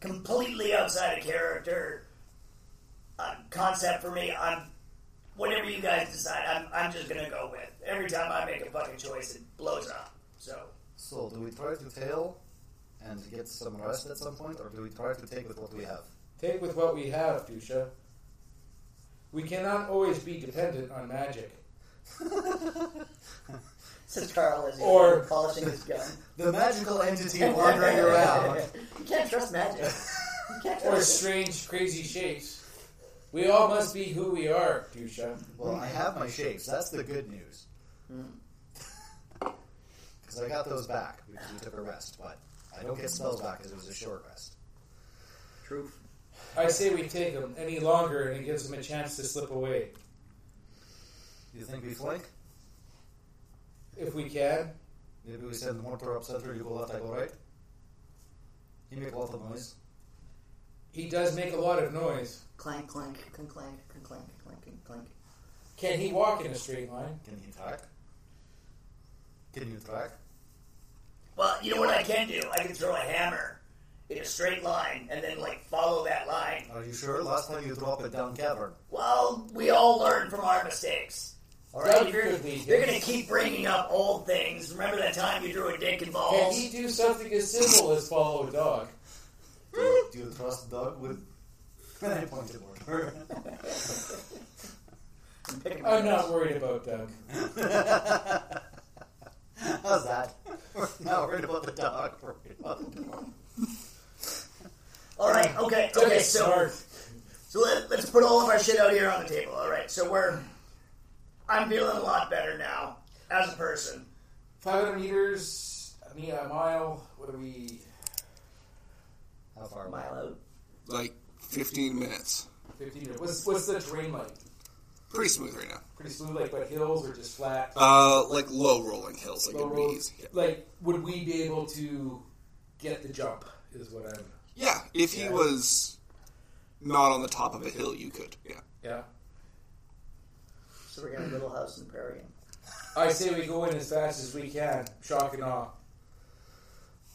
S4: completely outside of character uh, concept for me, I'm whatever you guys decide. I'm I'm just gonna go with. Every time I make a fucking choice, it blows up. So
S5: so do we try to tail and get some rest at some point, or do we try to take with what we have?
S6: Take with what we have, Dusha. We cannot always be dependent on magic.
S11: says Carl as he's
S6: Or-
S11: polishing his gun.
S5: The magical entity wandering around.
S11: You can't trust magic. You can't
S6: Or
S11: trust.
S6: strange, crazy shapes. We all must be who we are, Dusha.
S5: Well, I have my shapes. That's the good news. Because I got those back because we took a rest, but I don't get spells back because it was a short rest.
S7: True.
S6: I say we take him any longer, and it gives him a chance to slip away
S5: You think we flank?
S6: if we can.
S5: Maybe we send the mortar up center, you go left, I go right? You make a lot of noise.
S6: He does make a lot of noise.
S7: Clank, clank, clank, clank, clank, clank, clank, clank.
S6: Can he walk in a straight line?
S5: Can he track? Can you track?
S7: Well, you know what I can do? I can throw a hammer in a straight line and then, like, follow that line.
S5: Are you sure? Last time you dropped it down cavern.
S7: Well, we all learn from our mistakes. All
S6: Doug
S7: right, you're,
S6: Ridley
S7: you're
S6: did.
S7: going to keep bringing up old things. Remember that time you drew a dick and
S6: Can
S7: balls?
S6: he do something as simple as follow a dog?
S5: Do you, do you trust Doug with? I pointed more.
S6: I'm not worried about Doug.
S5: How's that? We're not worried about the dog. We're worried about the dog.
S7: All right, okay,
S6: Doug
S7: okay,
S6: is
S7: so,
S6: smart.
S7: so let, let's put all of our shit out here on the table. All right, so we're. I'm feeling a lot better now as a person.
S6: 500 meters, I mean, a mile, what are we?
S5: How far? am I?
S7: Milo.
S2: Like 15 minutes.
S6: 15 meters. What's, what's the terrain like?
S2: Pretty smooth right now.
S6: Pretty smooth, like, but hills or just flat?
S2: Uh, like low rolling hills. Like
S6: Low
S2: it'd
S6: roads?
S2: be easy. Yeah.
S6: Like, would we be able to get the jump? Is what I'm.
S2: Yeah, if he
S6: Yeah.
S2: was not on the top of a hill, you could. Yeah.
S6: Yeah.
S7: So we're going to Little House in Prairie.
S6: I say we go in as fast as we can. Shock and awe.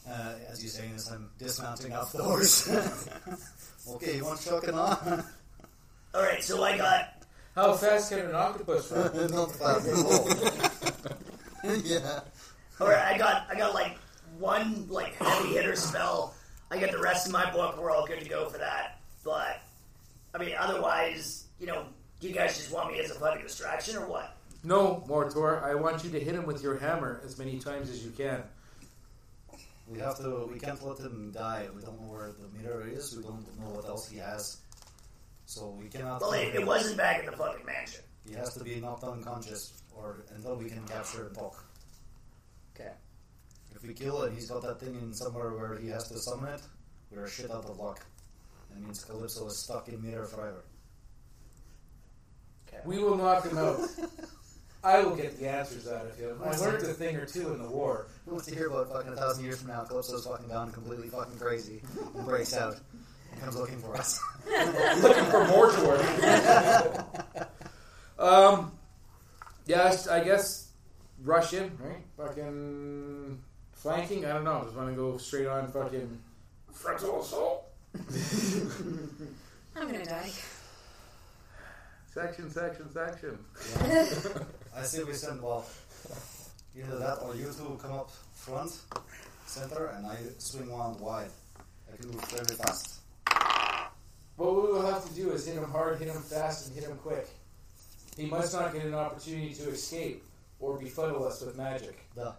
S5: Uh, as you're saying this, I'm dismounting off the horse. okay, you want choking on?
S7: All right, so I got.
S6: How fast can an octopus run?
S5: Not fast at all. yeah.
S7: All right, I got. I got like one like heavy hitter spell. I got the rest of my book. We're all good to go for that. But I mean, otherwise, you know, do you guys just want me as a fucking distraction or what?
S6: No, Mortor, I want you to hit him with your hammer as many times as you can.
S5: We have to. We can't let him die. We don't know where the mirror is. We don't know what else he has. So we cannot.
S7: Well, it, it wasn't back in the fucking mansion.
S5: He has to be knocked unconscious, or until we can capture and talk.
S7: Okay.
S5: If we kill it, he's got that thing in somewhere where he has to summon it. We're shit out of luck. That means Calypso is stuck in mirror forever.
S6: We will knock him out. I will get the answers out of him. I learned a thing or two in the war.
S5: Who wants to hear about fucking a thousand years from now? Calypso's fucking gone completely fucking crazy and breaks out and comes looking for us.
S6: Looking for Mortor. um, yeah, I s- I guess rush in, right? Fucking flanking? I don't know. Just want to go straight on fucking frontal assault.
S3: I'm gonna die.
S6: Section, section, section.
S5: I say we send Wall. Either that or you two come up front, center, and I swing one wide. I can move very fast.
S6: What we will have to do is hit him hard, hit him fast, and hit him quick. He must not get an opportunity to escape or befuddle us with magic.
S5: Duh.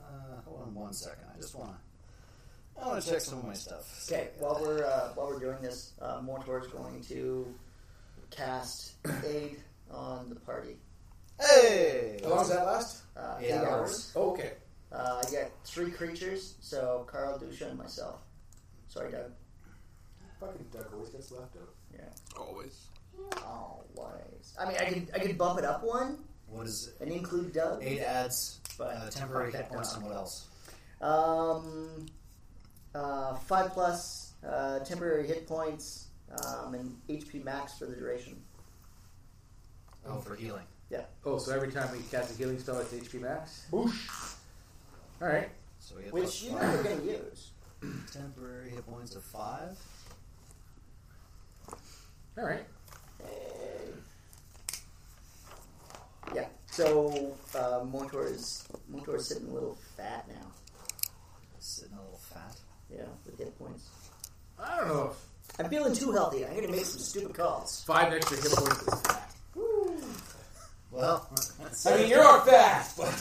S5: Uh, hold on one second. I just wanna. I wanna check some of my stuff.
S4: Okay, while we're uh, while we're doing this, uh, Mortor is going to cast aid on the party.
S5: Hey!
S6: How long does that last?
S4: Uh,
S5: Eight hours.
S6: Oh, okay.
S4: Uh, I got three creatures, so Carl, Dusha, and myself. Sorry, Doug.
S6: Fucking duck always gets left out.
S2: Always.
S4: Always. I mean, I could I could bump it up one
S5: What is it?
S4: and include Doug,
S5: Eight adds
S4: but
S5: uh, temporary
S4: fuck
S5: hit
S4: that
S5: points
S4: Doug.
S5: and what else?
S4: Um, uh, five plus uh, temporary hit points um, and HP max for the duration.
S5: Oh, for healing.
S6: Oh, so every time we cast a healing spell, it's HP max? Boosh! Alright.
S5: So we get
S4: Which you
S5: plus
S4: know
S5: five.
S4: we're going to use.
S5: temporary hit points of five.
S6: Alright.
S4: Yeah. So uh, Mortor is Mortor is sitting a little fat now.
S5: Sitting a little fat.
S4: Yeah, with hit points.
S6: I don't know if
S4: I'm feeling too healthy. I'm going to make some stupid calls.
S6: five extra hit points is fat.
S5: Well,
S6: I mean, you're not fast, but.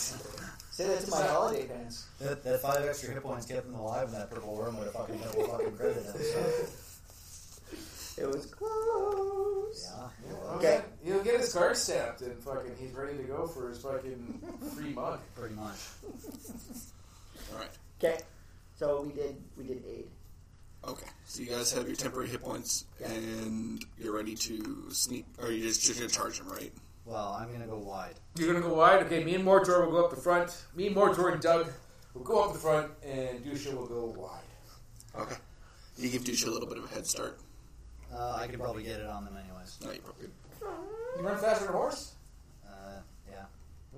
S4: Say that to my holiday fans.
S5: that, that five extra hit points kept him alive in that purple worm would have fucking double fucking credit him.
S4: It was close.
S3: Please.
S4: Okay.
S6: Oh, He'll get his car stamped and fucking he's ready to go for his fucking free mug.
S5: pretty much.
S2: All right.
S4: Okay. So we did we did aid.
S2: Okay. So you guys have your temporary hit points, and you're ready to sneak, or you're just, just gonna charge him, right?
S5: Well, I'm gonna go wide.
S6: You're gonna go wide? Okay, me and Mordor will go up the front. Me, Mordor, and Doug will go up the front, and Dusha will go wide.
S2: Okay. You give Dusha a little bit of a head start.
S5: Uh, I could probably get it on them anyways.
S2: No, you probably.
S6: You run faster than a horse?
S5: Uh, yeah.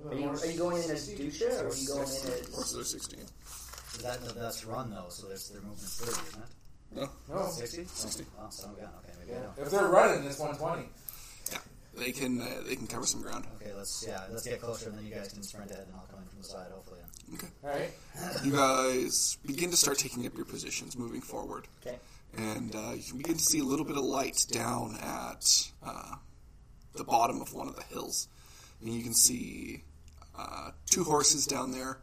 S4: Are you, are you going in as Dusha or are you going in as
S2: Horses are 16.
S5: Is that the best run though? So there's their movement's thirty, isn't it?
S6: No.
S5: Sixty.
S2: 60.
S5: Oh, well, son of a gun. Okay, maybe
S6: Yeah.
S5: I know.
S6: If they're running, it's 120.
S2: They can uh, they can cover some ground.
S5: Okay, let's yeah, let's get closer, and then you guys can sprint ahead, and I'll come in from the side, hopefully.
S6: Alright.
S2: You guys begin to start taking up your positions, moving forward,
S4: Okay.
S2: and uh, you can begin to see a little bit of light down at uh, the bottom of one of the hills, and you can see uh, two horses down there,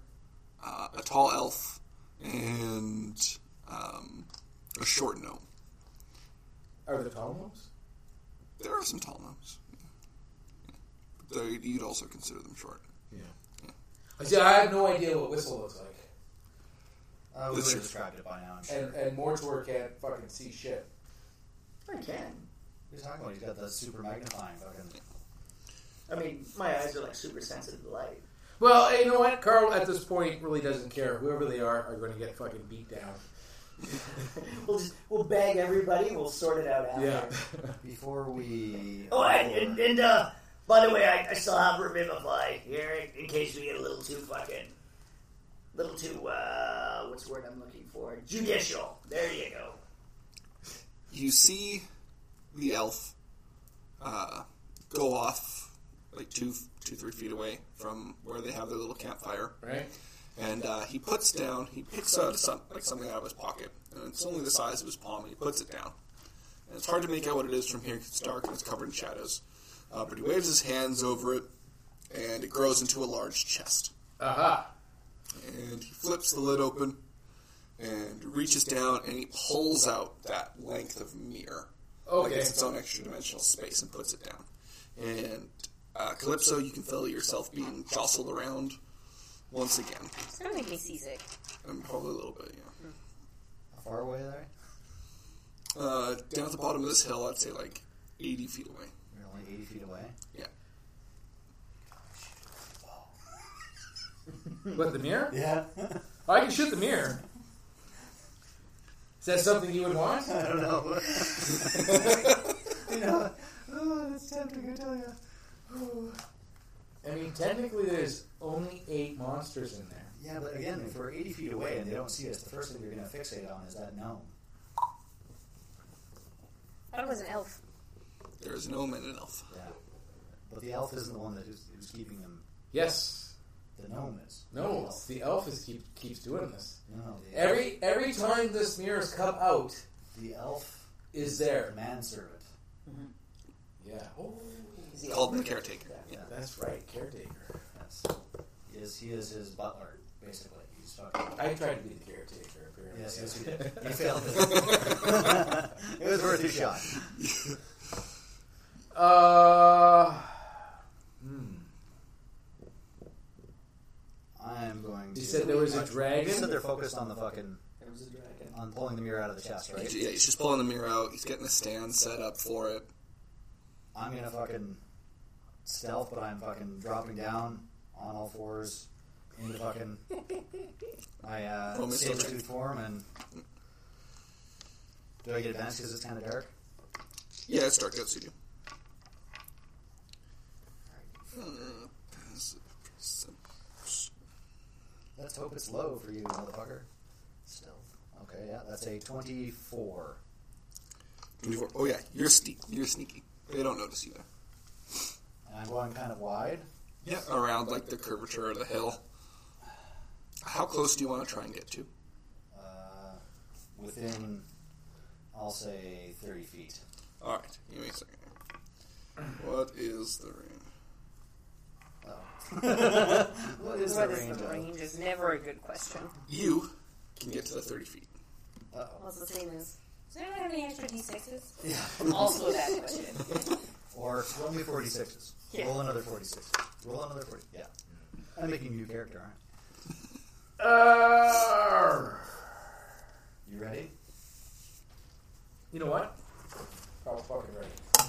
S2: uh, a tall elf, and um, a short gnome.
S6: Are the tall ones?
S2: There are some tall gnomes. Though you'd also consider them short.
S6: I see, I have no idea what whistle looks like.
S5: Uh, we would
S2: Let's see.
S5: have described it by now. I'm sure.
S6: And, and Mordor can't fucking see shit.
S4: I can.
S5: What are you talking about? He's got the super magnifying fucking.
S4: I mean, my eyes are like super sensitive to light.
S6: Well, you know what? Carl, at this point, really doesn't care. Whoever they are, are going to get fucking beat down.
S4: We'll just we'll bag everybody. We'll sort it out after.
S5: Before we.
S7: Oh, and, and, and uh, by the way, I, I still have Revivify here in, in case we get a little too fucking, little too, uh,
S4: What's the word I'm looking for?
S7: judicial. There you go.
S2: you see the elf uh, go off like two, two, three feet away from where they have their little campfire,
S6: Right?
S2: and uh, he puts down, he picks out some, like something out of his pocket, and it's only the size of his palm, and he puts it down. And it's hard to make out what it is from here 'cause it's dark and it's covered in shadows. Uh, but he waves his hands over it, and it grows into a large chest.
S6: Aha.
S2: and he flips the lid open and reaches down and he pulls out that length of mirror.
S6: Okay.
S2: Like it's its own extra dimensional space and puts it down. And uh, Calypso, you can feel yourself being jostled around once again.
S3: It's gonna make me seasick.
S2: And probably a little bit, yeah.
S5: How far away there?
S2: Uh, down at the bottom of this hill, I'd say like 80 feet away.
S5: You're only 80 feet away.
S2: Yeah.
S6: What, the mirror?
S5: Yeah.
S6: Oh, I can shoot the mirror. Is that something you would want?
S5: I don't know. you know. Oh, that's tempting, I tell you.
S6: I mean, technically, there's only eight monsters in there.
S5: Yeah, but again, if we're 80 feet away and they don't see us, the first thing they're going to fixate on is that gnome.
S3: I thought it was an elf.
S2: There is an gnome and an elf.
S5: Yeah. But the elf isn't the one that is, who's keeping them.
S6: Yes.
S5: The gnome is.
S6: No,
S5: The
S6: it's
S5: elf.
S6: the elf is keep, keeps doing this.
S5: No, no, the elf.
S6: Every every time this mirror's come out,
S5: The elf,
S6: is
S5: the
S6: there.
S5: manservant.
S6: Yeah. Oh,
S4: Is he
S2: Called the caretaker. Yeah.
S6: that's right, caretaker.
S5: Yes. He is, he is his butler, basically. He's fucking.
S6: I tried to be the caretaker, apparently.
S5: Yes, yes, you did. You failed it. it was worth a shot.
S6: Uh,
S5: I'm going to.
S6: you said there was a
S5: You said
S6: dragon.
S5: they're focused on the fucking
S4: There was a dragon.
S5: on pulling the mirror out of the chest,
S2: He's-
S5: right?
S2: Yeah, he's just pulling the mirror out. He's getting the stand set up for it.
S5: I'm gonna fucking stealth, but I'm fucking dropping down on all fours into fucking my
S2: Roll
S5: uh,
S2: me a
S5: saber
S2: stealth
S5: tooth form and. Do I get advanced because it's kind of dark?
S2: Yeah, it's dark out, so you do. Uh,
S5: Let's hope it's low for you, motherfucker. Stealth. Okay, yeah, that's a 24.
S2: 24. Oh yeah, you're sneak. You're sneaky. They don't notice you there.
S5: And I'm going kind of wide.
S2: Yeah, around like the curvature of the hill. How close do you want to try and get to?
S5: Uh, within, I'll say 30 feet.
S2: All right, give me a second. here. What is the range?
S5: Oh. what is the
S3: What is
S5: range
S3: the
S5: of?
S3: range is never a good question.
S2: You can get to the 30 feet.
S5: Uh-oh.
S3: What's the same as Does anyone have any extra d6s?
S5: Yeah.
S3: Also that question. Oh,
S5: Or roll me 46s.
S3: Yeah.
S5: Roll another 46. Roll another 40. Yeah. I'm making a new character, aren't
S6: Arrgh.
S5: I? You ready?
S6: You know what? Carl's fucking ready.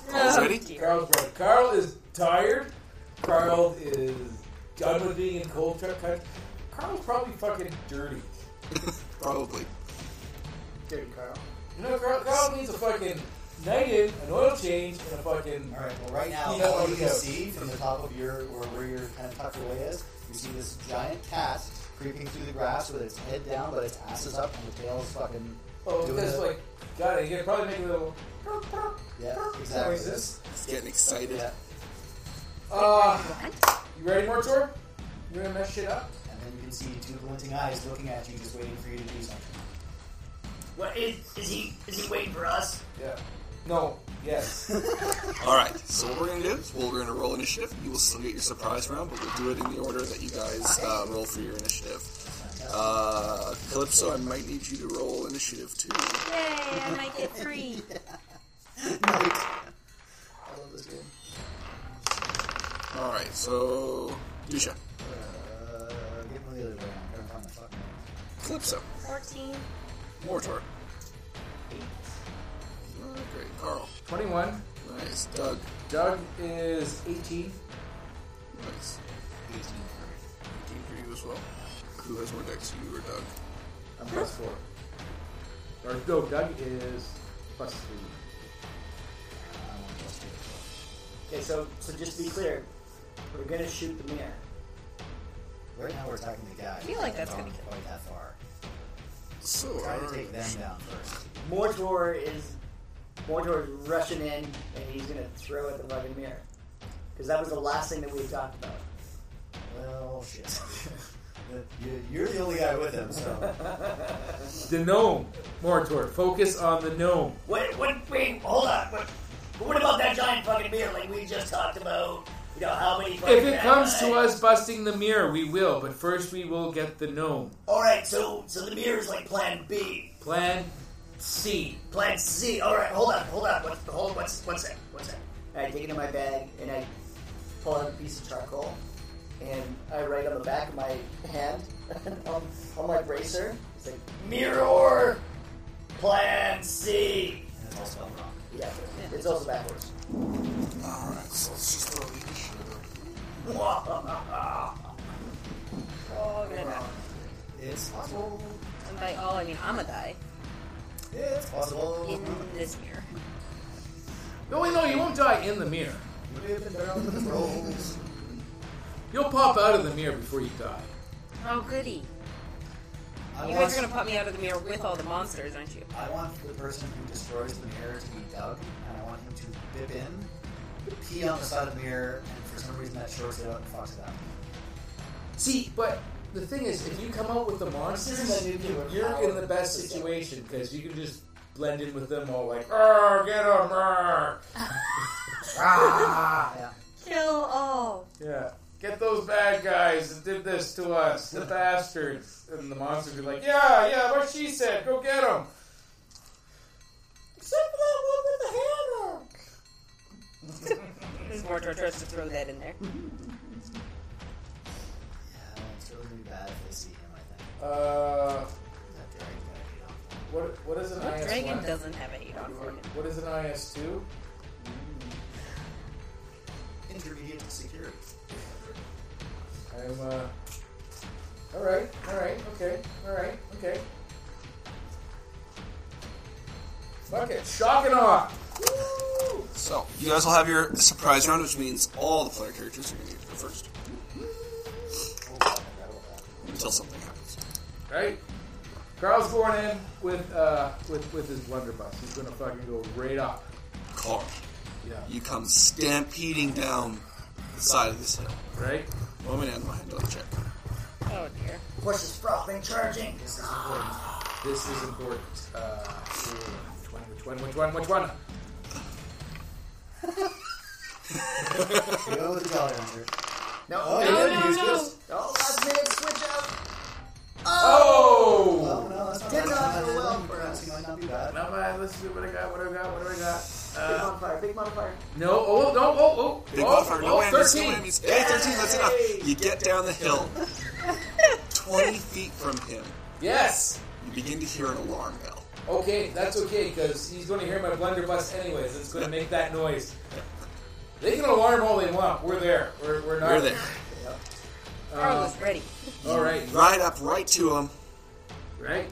S2: Carl's ready?
S6: Carl's ready. Carl is tired. Carl is done with being in cold truck country. Carl's probably fucking dirty.
S2: Probably.
S6: Dude, Carl. You know, Carl, Carl needs a fucking night in, an oil change, and a fucking.
S5: All right. Well, right now,
S6: Yeah,
S5: all you
S6: let's
S5: can
S6: go.
S5: see from the top of your or where your kind of tucked away is, you see this giant cat creeping through the grass with its head down, but its ass is up and the tail is fucking.
S6: Oh,
S5: doing
S6: that's
S5: it.
S6: like. Got it. You could probably make a little.
S5: Yeah.
S6: That
S5: Exactly.
S6: makes sense.
S2: He's getting excited.
S5: Yeah.
S6: Uh, you ready, Mortor? You gonna mess shit up?
S5: And then you can see two glinting eyes looking at you, just waiting for you to do something.
S7: What is, is he? Is he waiting for us?
S6: Yeah. No. Yes.
S2: Alright, so what we're gonna do is we're gonna roll initiative. You will still get your surprise round, but we'll do it in the order that you guys uh, roll for your initiative. Uh, Calypso, I might need you to roll initiative too.
S3: Yay, I might get three.
S5: I love this game.
S2: Alright, so. Dusha.
S5: Uh, get one the other way. I'm trying to find the fucking.
S2: Calypso.
S3: 14.
S2: Mortor. Oh, great. Carl.
S6: 21.
S2: Nice. Doug.
S6: Doug is 18.
S2: Nice. 18 for, 18 for you as well. Who has more decks, you or Doug?
S5: I'm plus four.
S6: Or no, Doug is plus three.
S5: I'm on plus two.
S4: Okay, so so just to be clear, we're gonna shoot the mirror.
S5: Right now we're attacking the guy. I
S3: feel like that's gonna kill
S5: quite that far.
S2: So,
S5: Try to
S2: alright.
S5: take them down first.
S4: Mortor is Mortor is rushing in, and he's gonna throw at the fucking mirror because that was the last thing that we talked about.
S5: Well, shit. You- You're the only guy with him, so
S6: The gnome. Morator, focus on the gnome.
S7: What? What? Wait. Hold on. What? But what about that giant fucking mirror? Like we just talked about. You know how many? fucking
S6: If it
S7: bad
S6: comes to
S7: guys-
S6: us busting the mirror, we will, but first we will get the gnome.
S7: All right. So so the mirror is like Plan B.
S6: Plan C.
S7: Plan Z. All right. Hold on. Hold on. What, hold. What's what's that? What's that?
S4: And I dig into my bag and I pull out a piece of charcoal and I write on the back of my hand on, on my bracer. It's like
S7: Mirror. Plan C.
S5: and it's all spelled wrong.
S4: yeah, it's also backwards.
S2: Alright, so let's just throw the initiative.
S3: Oh, I'm gonna die.
S5: It's possible.
S3: And by all, I mean I'm gonna die
S5: It's possible.
S3: in this mirror.
S6: No, wait, no, you won't die in the mirror.
S5: You may have been better on the rolls.
S6: You'll pop out of the mirror before you die.
S3: Oh, goody.
S5: I
S3: You
S5: want,
S3: guys are gonna pop me out of the mirror with all the monsters, aren't you?
S5: I want the person who destroys the mirror to be Doug, and I want him to bip in, pee on the side of the mirror, and for some reason that shorts it out and fucks it up.
S6: See, but the thing is, if you come out with the monsters, you're in the best situation because you can just blend in with them all like, "Arr, get 'em, arr." ah,
S5: Yeah.
S3: Kill all.
S6: yeah, get those bad guys that did this to us, the bastards, and the monsters be like, yeah, yeah, what she said, go get them. Except for that one with the hammer.
S3: This Mortar tries to throw that in there.
S5: Yeah, it's really bad if they see him, I think.
S6: Uh,
S5: That dragon guy beat off.
S6: what what is an IS?
S3: Dragon doesn't have a 8 on for him.
S6: What is an IS two?
S5: Intermediate security.
S6: I'm, uh. Alright, alright, okay, alright, okay. Fuck it, shock and awe!
S2: So, you guys will have your surprise round, which means all the player characters are going to go first until something happens.
S6: Right? Carl's going in with, uh, with, with his blunderbuss. He's gonna fucking go right up.
S2: Carl,
S6: Yeah.
S2: you come stampeding down the side of this hill.
S6: Right?
S2: Roll me an animal handling check.
S3: Oh, dear.
S7: Horses frothing, charging.
S6: This is important. Uh, ooh, which one, which one, which one, which one?
S5: Go with the Jolly Rancher.
S4: No, no,
S5: Oh, you
S3: No,
S5: didn't
S3: no,
S5: use
S3: no.
S5: this?
S4: no, last minute switch out.
S6: Oh!
S5: Oh, no, that's not
S4: Did
S5: bad.
S4: not go well
S5: That
S4: for us.
S5: might not be bad.
S6: Now, man, let's see what I got, what I got, what do I got.
S4: Big
S6: Uh,
S4: modifier, big modifier.
S6: no, oh, no, oh, oh.
S2: Big
S6: oh,
S2: modifier, no
S6: oh,
S2: whammies,
S6: 13.
S2: no whammies. Hey, 13, that's enough. You get down the hill. 20 feet from him,
S6: Yes!
S2: you begin to hear an alarm bell.
S6: Okay, that's okay, because he's going to hear my blunderbuss anyways. It's going to make that noise. They can alarm all they want. We're there. We're, we're not.
S2: You're there.
S3: Carl is ready.
S6: All right,
S2: Ride up right to him.
S6: right?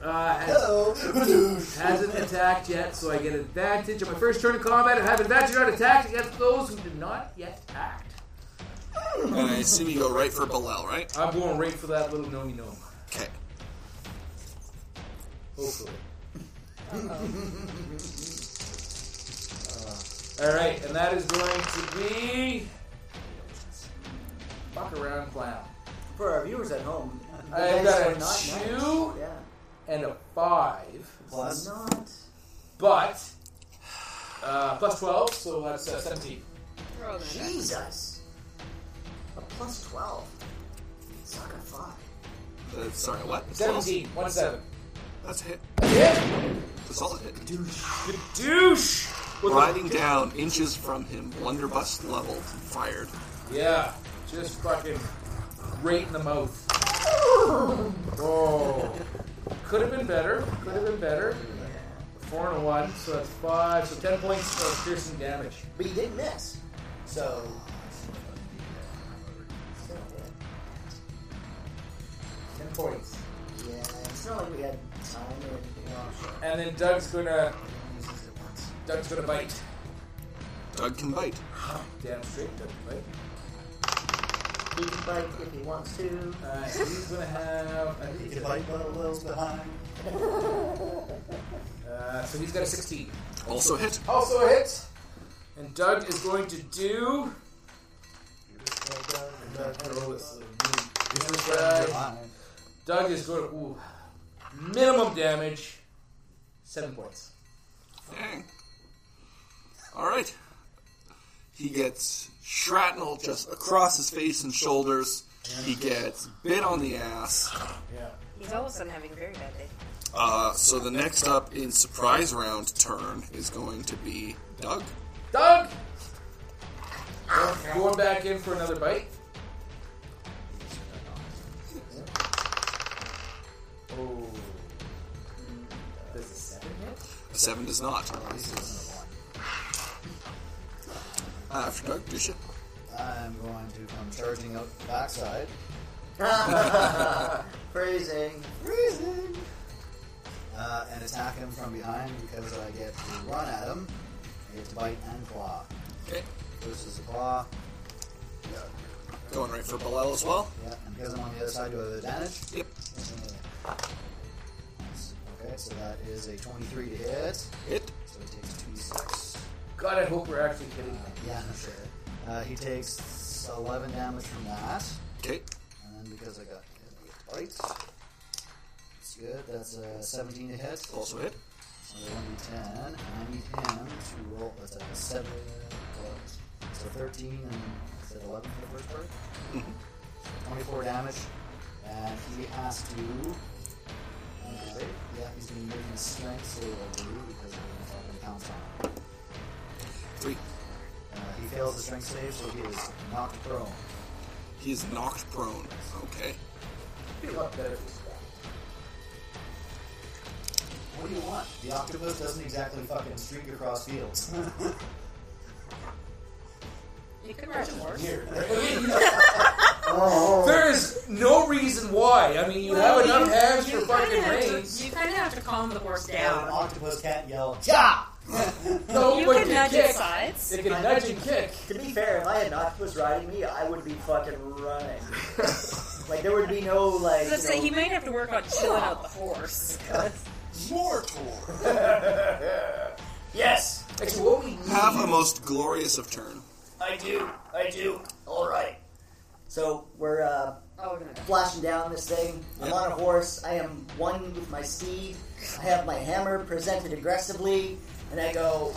S6: Uh, has, hasn't attacked yet, so I get advantage on my first turn in combat. I have advantage on attacks against those who did not yet act.
S2: And I assume you go right for Bilal, right?
S6: I'm going right for that little gnomey gnome.
S2: Okay.
S6: Hopefully. All right, and that is going to be fuck around clown.
S4: For our viewers at home, you
S6: I've
S4: guys
S6: got
S4: are
S6: a
S4: not
S6: two.
S4: Nice. Yeah.
S6: and a five,
S5: Plus.
S4: Not.
S6: but uh, plus twelve, so that's uh, seventeen.
S3: Roll that.
S4: Jesus. A plus twelve. Suck a fuck.
S2: Uh, sorry, what? It's
S6: Seventeen. One seven.
S2: false. That's a hit.
S6: Yeah.
S2: That's all a hit.
S6: The douche. With a-
S2: Riding down inches from him, blunderbuss leveled, fired.
S6: yeah. Just fucking right in the mouth. Oh. Could have been better. Could have been better. Four and a one, so that's five. So ten points of piercing damage.
S4: But you did miss. So. Still dead.
S6: Ten points.
S4: Yeah, it's not like we had time or anything Oh, else.
S6: And then Doug's gonna
S4: This is the ones.
S6: Doug's gonna bite.
S2: Doug can bite.
S6: Damn straight, Doug can bite.
S4: He can fight if he wants to.
S6: Uh, he's gonna have. I think
S5: You
S6: it's
S5: can
S6: a-
S5: bite but a little's behind.
S6: Uh, so he's got a 16.
S2: Also hit.
S6: Also a hit. And Doug is going to do.
S5: Behind.
S6: uh, Doug is going to. Ooh, minimum damage. Seven points.
S2: Dang. Alright. He gets shrapnel just across his face and shoulders. He gets bit on the ass.
S3: He's all of a sudden having a very bad day.
S2: Uh, so the next up in surprise round turn is going to be Doug.
S6: Doug! Going back in for another bite. Oh. Does a seven hit?
S2: A seven does not. After Doug, Dusha.
S5: I'm going to come charging up the backside.
S4: Phrasing. Phrasing.
S5: uh, and attack him from behind because I get to run at him. I get to bite and claw.
S2: Okay.
S5: First is a claw.
S2: Going right for Bilal as well.
S5: Yeah, and because I'm on the other side, do I have advantage?
S2: Yep.
S5: Okay, so that is a 23 to hit. So
S2: Hit.
S5: it takes 2d6.
S6: God, I hope we're actually hitting him.
S5: Yeah, no sure. Uh, he takes 11 damage from that.
S2: Okay.
S5: And then because I got hit, I get to bite. That's good. That's a 17 to hit.
S2: Also hit.
S5: Another 1d10. And I need him to roll. That's a 7. So 13 and is it 11 for the first part? 24 damage. And he has to. uh, save. Yeah, he's going to make his strength save, I believe, because it fucking counts on him.
S2: Three.
S5: Uh, he fails the strength save, so he is knocked prone.
S2: He is knocked prone. Okay.
S6: It'd be a lot better if it was back.
S5: What do you want? The octopus doesn't exactly fucking streak across fields.
S3: You could ride a horse.
S6: There is no reason why. I mean, you have enough hands for fucking reins.
S3: You kind of have to calm the horse
S5: Yeah, an
S3: down.
S5: octopus can't yell, Ja!
S6: No,
S3: You
S6: but
S3: can nudge
S6: kick.
S3: its sides.
S6: It can nudge and kick.
S4: To be fair, if I had an octopus riding me, I would be fucking running. like there would be no
S3: Let's
S4: like. you know,
S3: say he might have to work on chilling out the horse.
S2: Mortor.
S7: Yes,
S6: Actually, what we need.
S2: Have a most glorious of turn.
S7: I do. I do. All right.
S4: so we're uh,
S3: Oh no.
S4: flashing down this thing. I'm on a horse. I am one with my steed. I have my hammer presented aggressively, and I go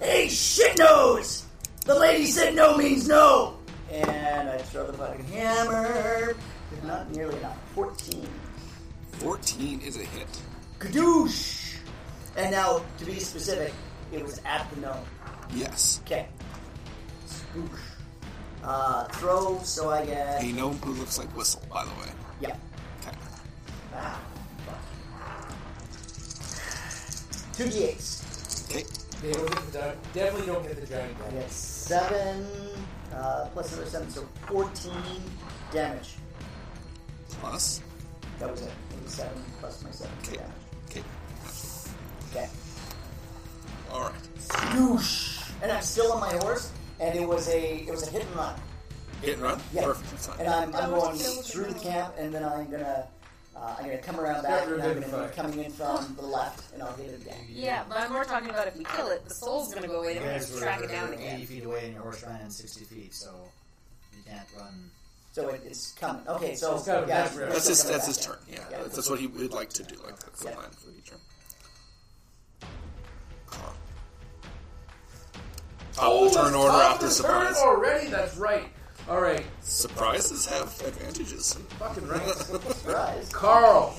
S7: Hey, shit nose! The lady said no means no.
S4: and I throw the fucking hammer. Not nearly enough. Fourteen.
S2: 14 is a hit.
S4: Kadoosh!
S7: And now, to be specific, it was at the gnome.
S2: Yes.
S7: Okay. Spook. Uh, throw, so I get.
S2: A gnome who looks like Whistle, by the way.
S7: Yeah.
S2: Okay.
S7: Ah, fuck. Two d8s.
S2: Okay.
S6: They don't get the di- definitely don't get the giant
S7: I
S6: guy.
S7: get seven uh, plus another seven, so fourteen damage.
S2: Plus.
S7: That was it. It was seven plus my seven for
S2: Okay.
S7: damage.
S2: Okay.
S7: Okay.
S2: All right.
S7: Whoosh! And I'm still on my horse, and it was a it was a hit and run.
S2: Hit and run.
S7: Yeah.
S2: Perfect. That's fine.
S7: And I'm, I'm
S3: That
S7: going
S3: was killed.
S7: through the camp, and then I'm gonna uh, I'm gonna come around back,
S6: Yeah,
S7: and I'm
S6: good
S7: gonna be
S6: fight.
S7: coming in from the left, and I'll hit it again.
S3: Yeah, but we're talking about if we kill it, the soul's gonna go away and
S5: You
S3: we're gonna have
S5: guys
S3: to
S5: were
S3: track it down
S5: 80
S3: again.
S5: feet away and your horse ran 60 feet, so you can't run.
S7: So it, it's coming. Okay, so
S6: It's coming,
S7: yeah,
S6: that's
S7: we're
S6: right.
S2: That's
S7: still
S2: his.
S7: coming
S2: That's
S7: back,
S2: his
S7: yeah.
S2: turn. Yeah.
S7: Yeah.
S2: That's, that's what he would like to do. Like that's the
S7: Yeah.
S2: line for each turn. Carl. Oh, turn order
S6: top
S2: after
S6: of the
S2: surprise.
S6: Turn already. That's right. All right,
S2: Surprises have advantages.
S6: fucking right.
S7: Surprise.
S6: Carl.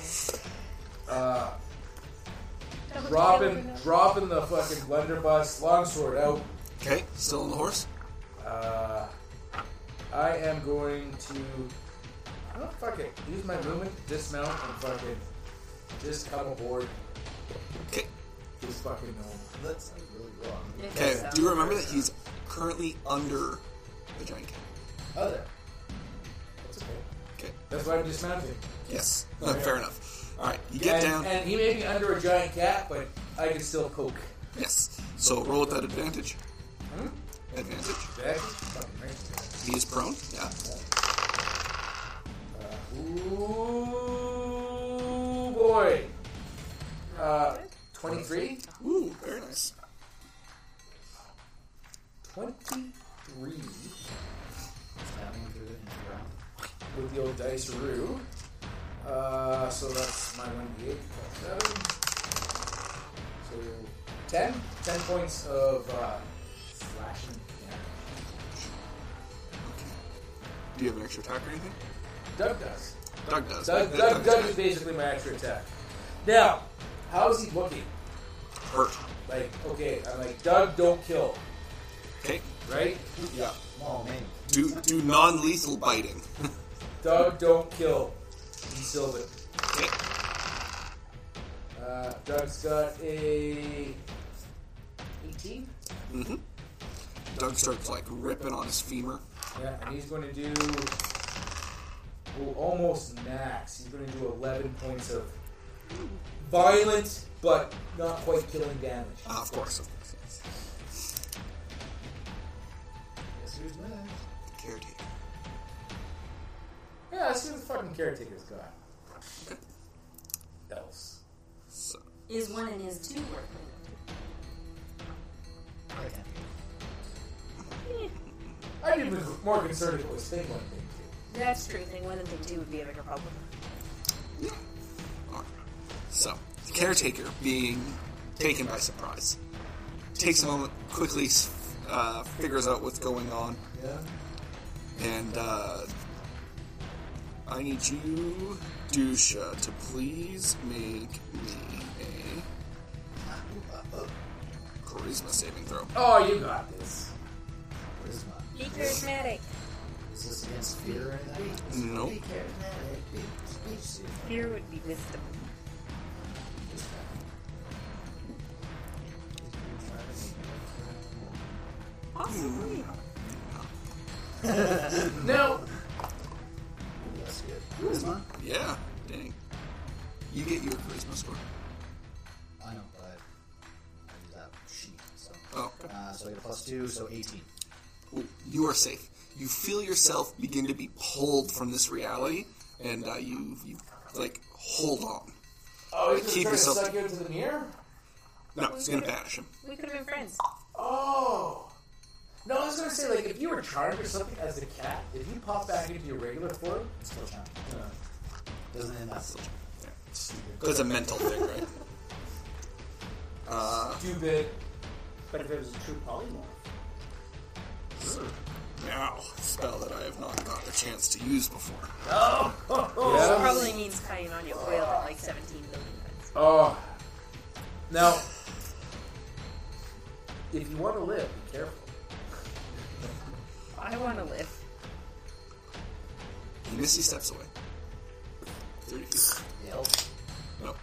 S6: Uh, dropping, dropping the fucking blunderbuss, longsword out.
S2: Okay, still on the horse.
S6: Uh, I am going to. I don't fucking use my movement, dismount, and fucking just come aboard
S2: Okay.
S6: this fucking gnome.
S5: That's like really wrong.
S2: Okay. Do you remember that he's currently under the giant cat?
S5: Oh, there.
S6: That's okay.
S2: Okay.
S6: That's why I'm dismounting.
S2: Yes. Uh, fair enough. All right. You get
S6: and,
S2: down.
S6: And he may be under a giant cat, but I can still poke.
S2: Yes. So roll with that advantage.
S7: Hmm?
S2: Advantage.
S6: That's fucking right.
S2: He is prone. Yeah.
S6: Ooh, boy. Uh, 23?
S2: Ooh, very nice.
S6: 23
S5: Stabbing him through the into the ground.
S6: with the old dice roo. Uh, so that's my 1d8 plus 7. So 10? 10 points of uh, slashing damage.
S2: Do you have an extra attack or anything?
S6: Doug does.
S2: Doug does.
S6: Doug,
S2: That-
S6: Doug,
S2: that's
S6: Doug is basically my extra attack. Now, how is he looking?
S2: Hurt.
S6: Like, okay, I'm like, Doug, don't kill,
S2: Okay.
S6: right?
S2: Yeah.
S5: Oh, man.
S2: Do do non-lethal biting.
S6: Doug, don't kill. He's Sylvan.
S2: Okay.
S6: Uh, Doug's got a 18.
S2: Doug starts like ripping on his femur.
S6: Yeah, and he's going to do well, almost max. He's going to do 11 points of violent, but not quite killing damage.
S2: Ah, of course. of course.
S5: Guess who's next?
S2: Caretaker.
S6: Yeah, let's see what the fucking caretaker's got. Else.
S2: So,
S3: Is one and is two worth
S5: I can't do
S6: I'd be more concerned if it was thing one, thing two.
S3: That's true. Thing one and thing two would be a bigger problem.
S2: yeah. All right. So, the caretaker, being taken by surprise, takes a moment, quickly uh, figures out what's going on,
S5: it. Yeah.
S2: and uh, I need you, Dusha, to please make me a charisma saving throw.
S6: Oh, you got this.
S5: Charisma.
S3: Be charismatic.
S5: Is this against fear or anything?
S2: Nope.
S3: Fear would be wisdom. Possibly.
S6: No.
S5: That's good. Charisma?
S2: Yeah, dang. You get your charisma score.
S5: I know, but I use that sheet, so.
S2: Oh,
S5: Uh, so I get plus two, so 18.
S2: Ooh, you are safe. You feel yourself begin to be pulled from this reality, and uh, you, you like hold on.
S6: Oh, he's
S2: Keep
S6: just trying
S2: yourself-
S6: to suck you into the mirror?
S2: No, it's gonna banish him.
S3: We could have been friends.
S6: Oh. No, I was going to say, like, if you were charmed or something as a cat, if you pop back into your regular form,
S5: It's still charmed. Doesn't end that still
S2: That's a mental thing, right?
S6: stupid.
S7: But if it was a true polymorph,
S2: Now, spell that I have not gotten a chance to use before.
S6: Yeah.
S3: Probably means cutting on your oil at like 17 billion times.
S6: Oh, Now, if you want to live, be careful.
S3: I want to live.
S2: And Missy steps away. 30 feet.
S5: The elf
S2: No.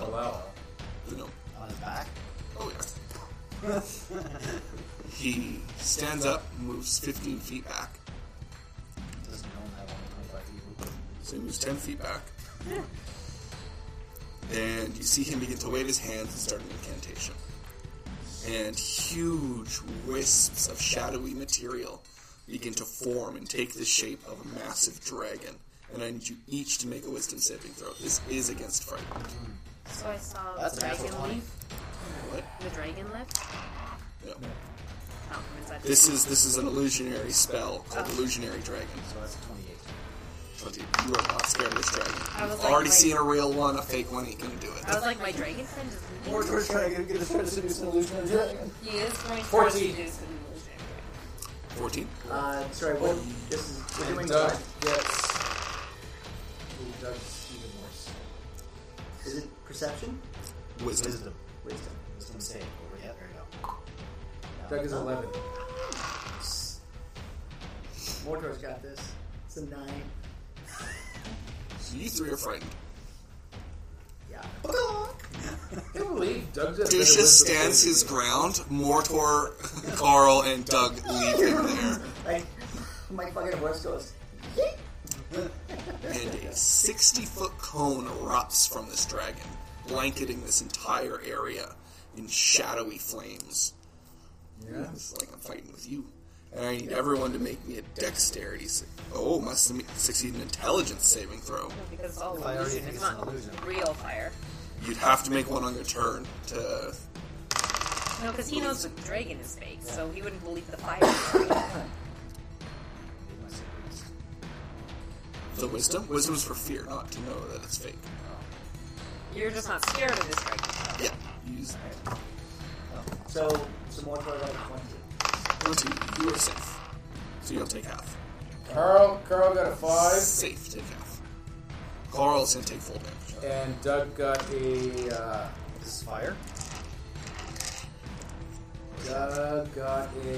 S6: Oh wow.
S2: The gnome.
S5: on his back.
S2: Oh, yeah. he stands up, moves 15 feet back.
S5: Doesn't know that one 25 feet movement.
S2: So he moves 10 feet back. And you see him begin to wave his hands and start an incantation. And huge wisps of shadowy material begin to form and take the shape of a massive dragon. And I need you each to make a wisdom saving throw. This is against fright.
S12: So I saw
S5: That's a
S12: the dragon
S5: natural
S12: leaf.
S2: What?
S12: The dragon left.
S2: No.
S12: Oh, is that
S2: This is this is an illusionary spell called Illusionary Dragon.
S5: So that's 28.
S2: Twenty. You are not scared of this dragon.
S12: I was
S2: You've
S12: like,
S2: already
S12: wait.
S2: seen a real one, a fake one ain't gonna do
S12: I
S2: it.
S12: was like, my dragon friend is
S4: Or George Dragon going to try to seduce an illusion of dragon.
S3: He is going to
S6: 14.
S3: do some illusion.
S2: Fourteen.
S4: Uh, sorry, what? This is we're doing
S6: And Doug
S4: fine.
S6: gets. Ooh, Doug's even worse.
S4: Is it perception?
S2: Wisdom.
S5: Wisdom.
S4: Wisdom.
S5: Wisdom save. Over yet. There you go.
S6: Doug is eleven.
S4: Mordor's got this. It's a nine.
S2: So you three are frightened.
S4: Yeah.
S6: I can't believe Doug's got a better
S2: Dusha
S6: list of
S2: stands
S6: things.
S2: his ground. Mortor, Carl, and Doug leave him there.
S4: Like, my fucking horse goes.
S2: And a 60 foot cone erupts from this dragon, blanketing this entire area in shadowy flames. Yeah. It's like I'm fighting with you. And I need everyone to make me a dexterity sa- Oh, must su- succeed an intelligence saving throw.
S3: Because it's all
S5: I already
S3: illusion.
S5: think
S3: It's
S5: it's an
S3: not
S5: illusion.
S3: real fire.
S2: You'd have to make one on your turn to.
S3: No, because he knows the dragon is fake, so he wouldn't believe the fire. is real.
S2: The wisdom? Wisdom's for fear, not to know that it's fake.
S3: You're just not scared of this dragon.
S2: Yeah. Use
S4: So, so Mordor got a 20.
S2: Until you are safe. So you'll take half.
S6: Carl, Carl got a five,
S2: Safe, take half. Carl's gonna take full damage.
S6: and Doug got a. Uh,
S5: This is fire.
S6: Doug got a.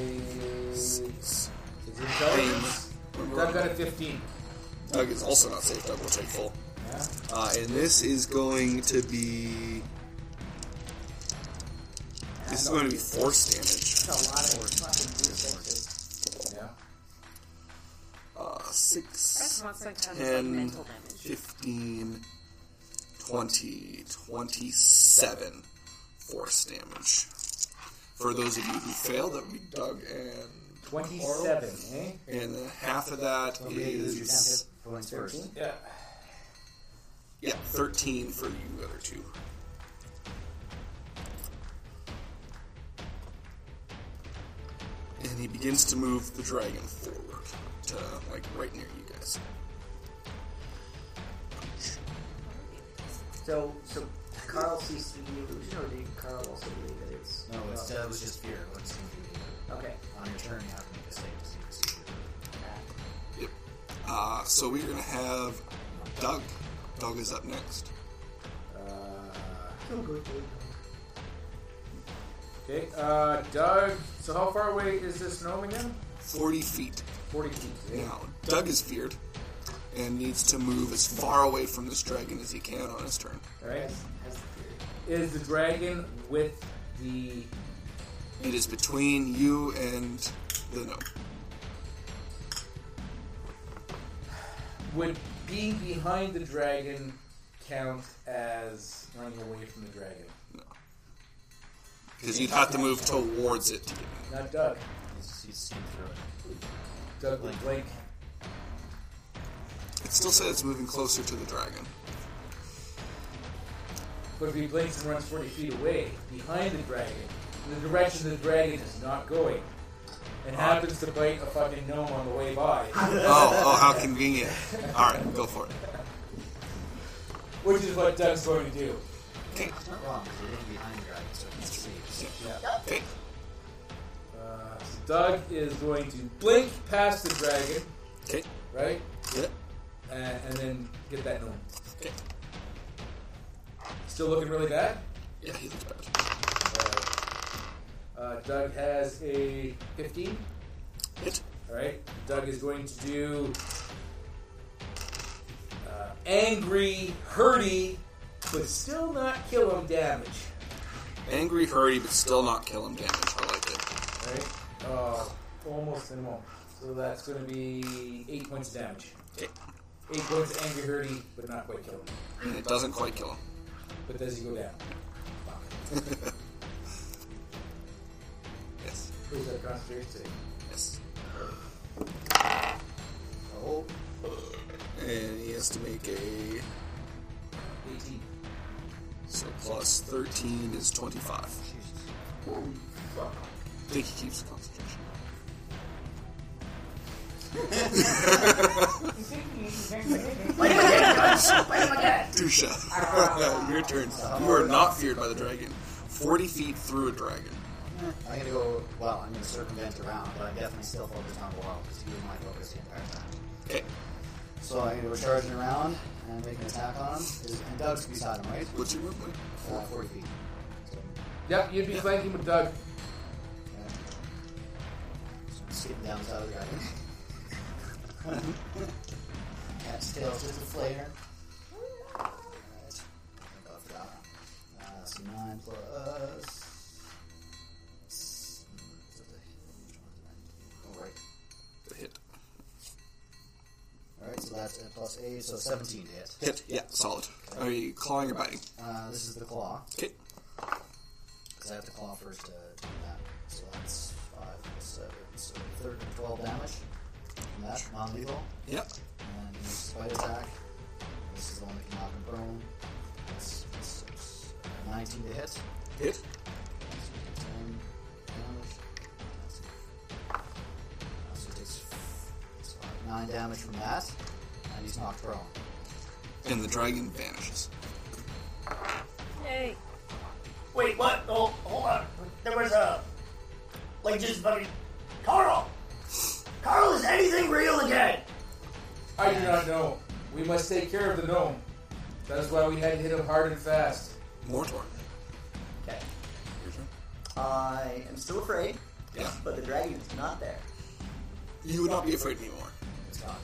S6: Is it intelligence? Doug got a fifteen.
S2: Doug is also not safe. Doug will take full. Uh, and this is going to be. This is going to be force damage.
S4: That's a lot of fucking defenses.
S6: Yeah.
S2: Uh,
S12: That's
S2: 6,
S12: not some kind of like,
S2: Ten.
S12: mental damage.
S2: 15, 20, 27 force damage. For those of you who failed, that would be Doug and
S6: Twenty-seven. Eh?
S2: And then half of that is
S5: You lose your 10 hit points first.
S6: Yeah.
S2: yeah, thirteen for you other two. And he begins to move the dragon forward to like right near you guys.
S4: So, so Carl sees through the illusion, or did Carl also believe that it's.
S5: No, it's, uh, it was just fear. It wasn't anything.
S4: Okay.
S5: On your turn, you have to make a save to see if it's fear.
S2: Yep. Uh, so we're gonna have Doug. Doug is up next.
S6: Uh, Okay. Uh, Doug. So how far away is this gnome again?
S2: Forty feet
S6: Forty feet. eh?
S2: now. Doug is feared and needs to move as far away from this dragon as he can on his turn.
S6: All right.
S4: Has the fear.
S6: Is the dragon with the?
S2: It is between you and the gnome.
S6: Would being behind the dragon count as running away from the dragon?
S2: Because you'd have to move towards it to get in.
S6: Not Doug.
S5: He's, he's seen through it.
S6: Doug would blink.
S2: It still says it's moving closer to the dragon.
S6: But if he blinks and runs 40 feet away, behind the dragon, in the direction the dragon is not going, and happens to bite a fucking gnome on the way by,
S2: Oh, oh, how convenient. Alright, go for it.
S6: which is what Doug's going to do.
S2: Okay,
S5: It's not wrong, because you're hitting behind the dragon, so it's saves.
S2: okay.
S6: Uh, so Doug is going to blink past the dragon,
S2: Okay,
S6: right?
S2: yeah,
S6: And, and then get that gnome.
S2: okay.
S6: Still looking really bad?
S2: Yeah, he looks bad.
S6: Uh, Doug has a 15.
S2: Hit.
S6: All right. Doug is going to do uh, angry hurdy, but still not kill him damage.
S2: Angry hurdy, but still not kill him damage. I like it.
S6: Right? Uh, almost and won't. So that's going to be eight points of damage.
S2: Okay.
S6: Eight points of angry hurdy, but not quite kill him.
S2: And it doesn't quite kill him.
S6: But does he go down? Fuck.
S2: Yes.
S6: It was a concentration save.
S2: Yes.
S5: Oh,
S2: And he has to make a
S6: 18.
S2: so plus thirteen is twenty-five.
S5: Jesus.
S6: Fuck.
S2: I think he keeps the concentration.
S7: Fight him again, guys. Fight him again.
S2: Dusha, your turn. You are not feared by the dragon. Forty feet through a dragon.
S5: I'm gonna go. Well, I'm gonna circumvent around, but I'm definitely still focused on Boal because he was my focus the entire time.
S2: Okay.
S5: So I'm gonna go charging around and make an attack on him. Is- And Doug's beside him, right?
S2: What's your movement?
S5: Uh, 40 feet. So,
S6: Yep, you'd be flanking with Doug.
S5: yeah. So I'm skipping down the side of the dragon. Cat's tail just a flare. Alright. Go for that one. Uh, so 9 plus. s- mm, is it the- which one is it? Oh, right.
S2: The hit.
S5: Alright, so that's a plus 8, so 17 to hit.
S2: Hit. Yeah. Solid. Are you clawing or biting?
S5: Uh, this is the claw.
S2: Okay.
S5: Because I have to claw first to do that. So that's 5 plus 7. So third and 12 damage. And that, non lethal.
S2: Yep.
S5: And his bite attack. This is the one that can knock him prone. That's that's six. 19 to hit. So
S2: Hit.
S5: 10 damage. That's it. Uh, So it takes f- it's five- 9 damage from that. And he's knocked prone.
S2: And the dragon vanishes.
S12: Hey.
S7: Wait, what? Oh, hold on. There was a. Like, just fucking. Carl! Carl, is anything real again?
S6: I do not know. We must take care of the gnome. That's why we had to hit him hard and fast.
S2: Mortor.
S4: Okay.
S2: Your turn.
S4: I am still afraid,
S2: Yeah.
S4: but the dragon is not there.
S2: You would not be afraid anymore.
S5: It's not.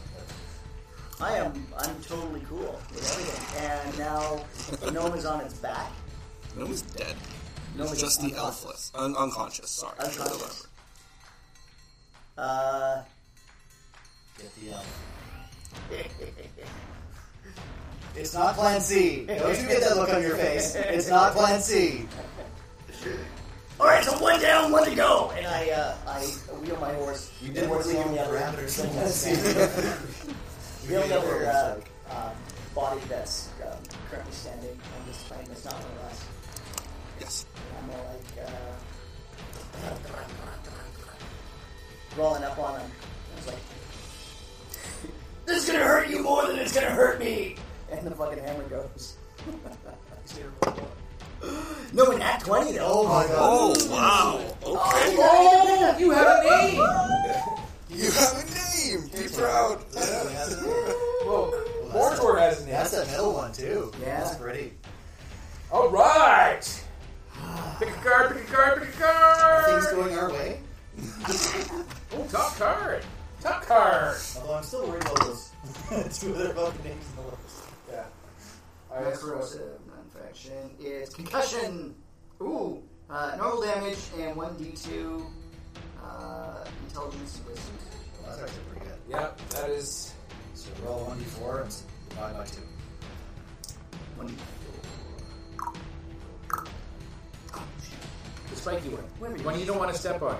S4: I am. I'm totally cool with everything. And now the gnome is on its back.
S2: No one's dead.
S4: Gnome is
S2: Just the
S4: unconscious.
S2: elfless. Un- unconscious, sorry.
S4: Unconscious. Uh,
S5: Get the elf. it's not Plan C. Don't you get that look on your face. It's not Plan C.
S7: Alright, so one down, one to go.
S4: and I, uh, I wheel my horse.
S5: You
S4: and we're leaving the other Wheel the other uh, uh, body that's um, currently standing. I'm just playing this not my last.
S2: Yes.
S4: I'm all like uh, rolling up on him. I was like,
S7: This is gonna hurt you more than it's gonna hurt me.
S4: and the fucking hammer goes.
S7: No, in that 20, though.
S5: Oh my god.
S2: Oh, wow. Okay.
S6: Oh, you have a name!
S2: You have a name. Be proud.
S6: Whoa, Mortor has a name.
S5: That's a middle one too.
S4: Yeah.
S5: That's pretty.
S6: All right. Pick a card. Pick a card. Pick a
S5: Things
S6: card.
S5: going our way.
S6: Oh, top card. Top card.
S5: Although I'm still worried about those two other fucking names in the list.
S6: Yeah.
S4: All right, corrosive infection is concussion. Ooh, uh, normal damage and one d2 uh, intelligence wisdom.
S5: Well, that's actually pretty good.
S6: Yep. That is.
S5: So roll one d4 and divide by two.
S4: One
S6: The spiky one. One you don't want to step on.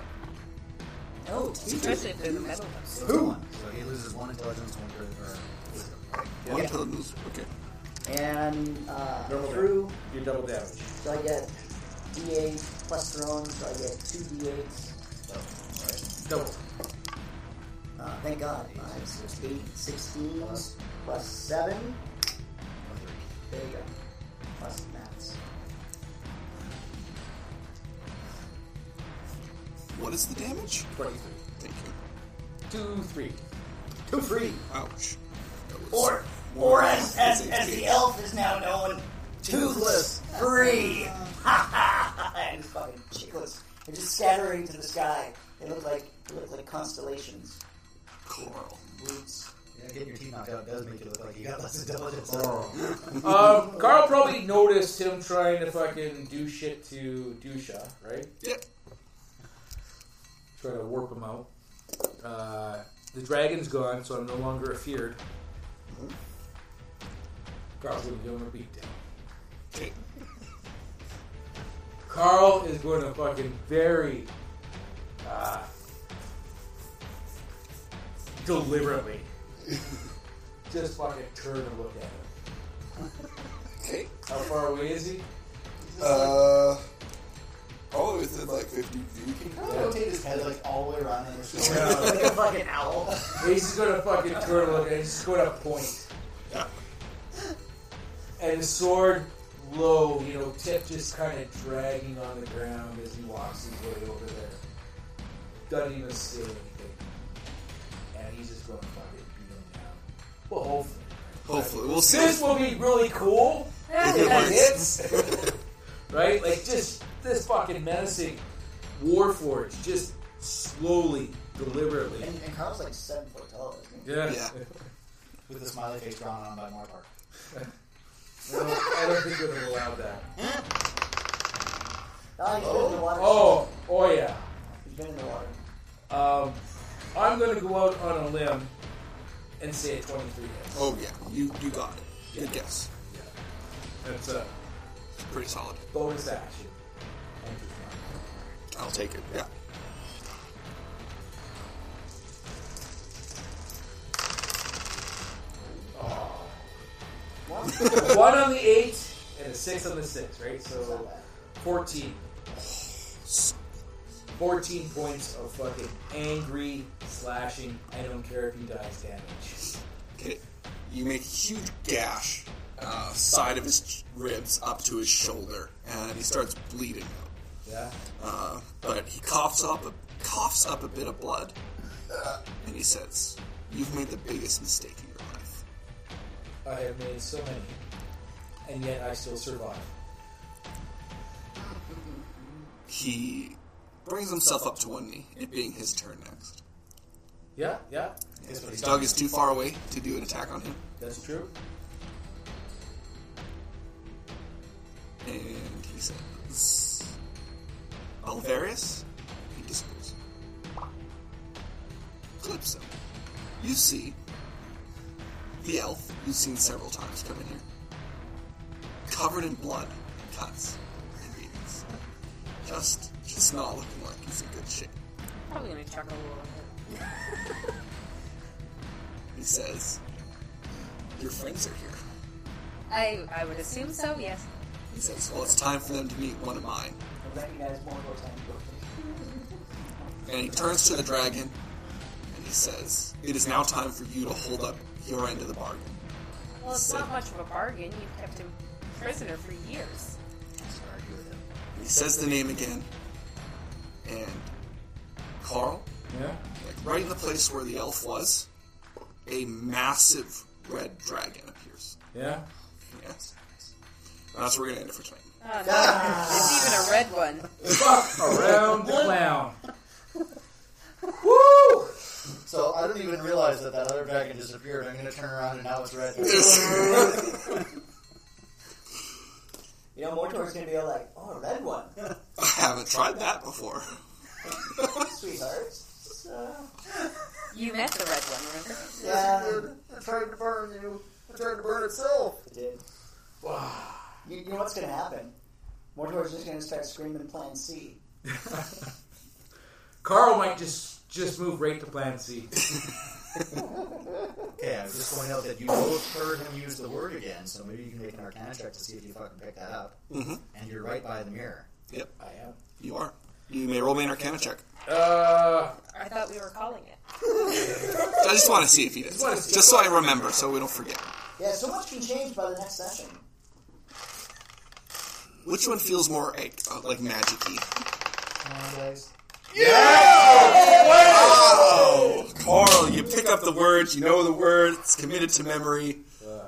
S4: Oh,
S12: Especially if they're the metal ones.
S5: So Who? One. So he loses one intelligence, one crit, or wisdom. Right?
S2: One to the loser. Okay.
S4: and uh,
S6: Normal
S4: through.
S6: You double damage.
S4: So I get d8 plus thrown. So I get two d8s.
S5: So, all
S6: Double.
S4: Uh, thank God. I have six- eight, 16 plus, plus 7.
S5: right. Three.
S4: There you go. Plus maths.
S2: What is the damage?
S6: Twenty-three.
S2: Thank you.
S6: Two, three.
S4: Two free.
S2: Ouch. That was-
S7: Or, or as, as, as the elf is now known, toothless free.
S4: And fucking chicklets. They're just scattering to the sky. They look like they look like constellations.
S2: Coral.
S4: Roots.
S5: Yeah, getting your teeth knocked out does make you look like you got less intelligence.
S6: Um, Carl probably noticed him trying to fucking do shit to Dusha, right?
S2: Yep.
S6: Try to warp him out. Uh, the dragon's gone, so I'm no longer feared. Carl's going to give him a beatdown.
S2: Okay.
S6: Carl is going to fucking very uh, deliberately just fucking turn and look at him.
S2: Okay.
S6: How far away is he?
S2: Uh, probably within like 50 feet.
S5: Can I rotate his head like all the way around on your shoulder?
S7: like a fucking owl.
S6: He's gonna fucking turn and look at him. He's gonna point. And his sword low, you know, tip just kind of dragging on the ground as he walks his way over there. Doesn't even say anything. And he's just gonna fucking beat him down. Well, hopefully.
S2: Hopefully. We'll see.
S6: This will be really cool.
S2: If
S6: If
S2: it
S6: that
S2: works.
S6: hits. right? Like just this fucking menacing warforge, just slowly, deliberately.
S4: And, and Carl's like seven foot tall, isn't he?
S2: Yeah.
S5: With the smiley face drawn on by Morpar.
S6: No, I don't think we would have allowed that.
S4: Ah, he's been in the water.
S6: Oh, oh yeah.
S4: He's been in the water.
S6: Um, I'm gonna go out on a limb and say a 23 hits.
S2: Oh, yeah. You, you got it. Good guess.
S6: That's a
S2: Pretty solid.
S6: bonus action.
S2: I'll take it. Yeah.
S6: One on the eight and a six on the six, right? So 14. 14 points of fucking angry slashing. I don't care if he dies damage.
S2: Okay. You make a huge gash, uh, side of his ch- ribs up to his shoulder, and he starts bleeding out.
S6: Yeah.
S2: Uh, but he coughs up a, coughs up a bit of blood, uh, and he says, "You've made the biggest mistake in your life."
S6: I have made so many, and yet I still survive.
S2: He brings himself up to one knee, it being his turn next.
S6: Yeah, yeah,
S2: His dog is too far away to do an attack on him,
S6: that's true.
S2: and he says, "Alvarius," he disappears. Clips him. You see the elf you've seen several times come in here, covered in blood, cuts, and beatings. Just, just not looking like he's in good shape.
S12: Probably gonna chuckle a little bit.
S2: He says, "Your friends are here."
S12: I, I would assume so, yes.
S2: He says, "Well, it's time for them to meet one of mine."
S4: I recognize more of time
S2: And he turns to the dragon and he says, It is now time for you to hold up your end of the bargain.
S12: Well, it's not much of a bargain. You've kept him prisoner for years.
S2: And he says the name again. And Carl,
S6: Yeah.
S2: like right in the place where the elf was, a massive red dragon appears.
S6: Yeah.
S2: Yes. And that's where we're going to end it for tonight.
S12: Oh, no. it's even a red one.
S6: Around the clown.
S5: So I didn't even realize that that other dragon disappeared. I'm going to turn around and now it's red.
S4: You know, Mortor's gonna be all like, "Oh, red one,
S2: I haven't tried that before.
S4: sweetheart." So,
S12: You met the red one, remember?
S4: yeah,
S5: It tried to burn you. It tried to burn itself.
S4: it did. You, you know what's gonna happen? Mortor's just gonna start screaming Plan C.
S6: Carl might just just move right to Plan C.
S5: Okay, I was just pointing out that you both heard him use the word again, so maybe you can make an arcana check to see if you fucking pick that up. Mm-hmm. And you're right by the mirror.
S2: Yep,
S6: I am.
S2: you are. You may roll me an arcana check.
S6: Uh,
S12: I thought we were calling it.
S2: I just want to see if he does. Just so I remember, so we don't forget.
S4: Yeah, so much can change by the next session.
S2: Which one feels more like, uh, like magic-y? Carl, you pick up the words, you know the word, it's committed to memory.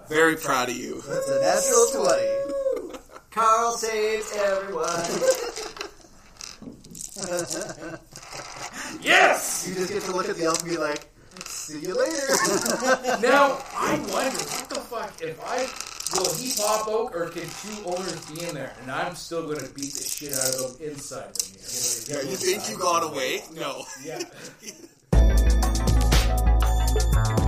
S2: Very proud of you.
S5: That's a natural 20.
S4: Carl saves everyone.
S13: Yes!
S4: You just get to look at the elf and be like, see you later.
S6: Now I wonder what the fuck if I will he pop oak or can two owners be in there and I'm still gonna beat the shit out of them inside the mirror.
S2: You think you got away? No.
S6: Yeah.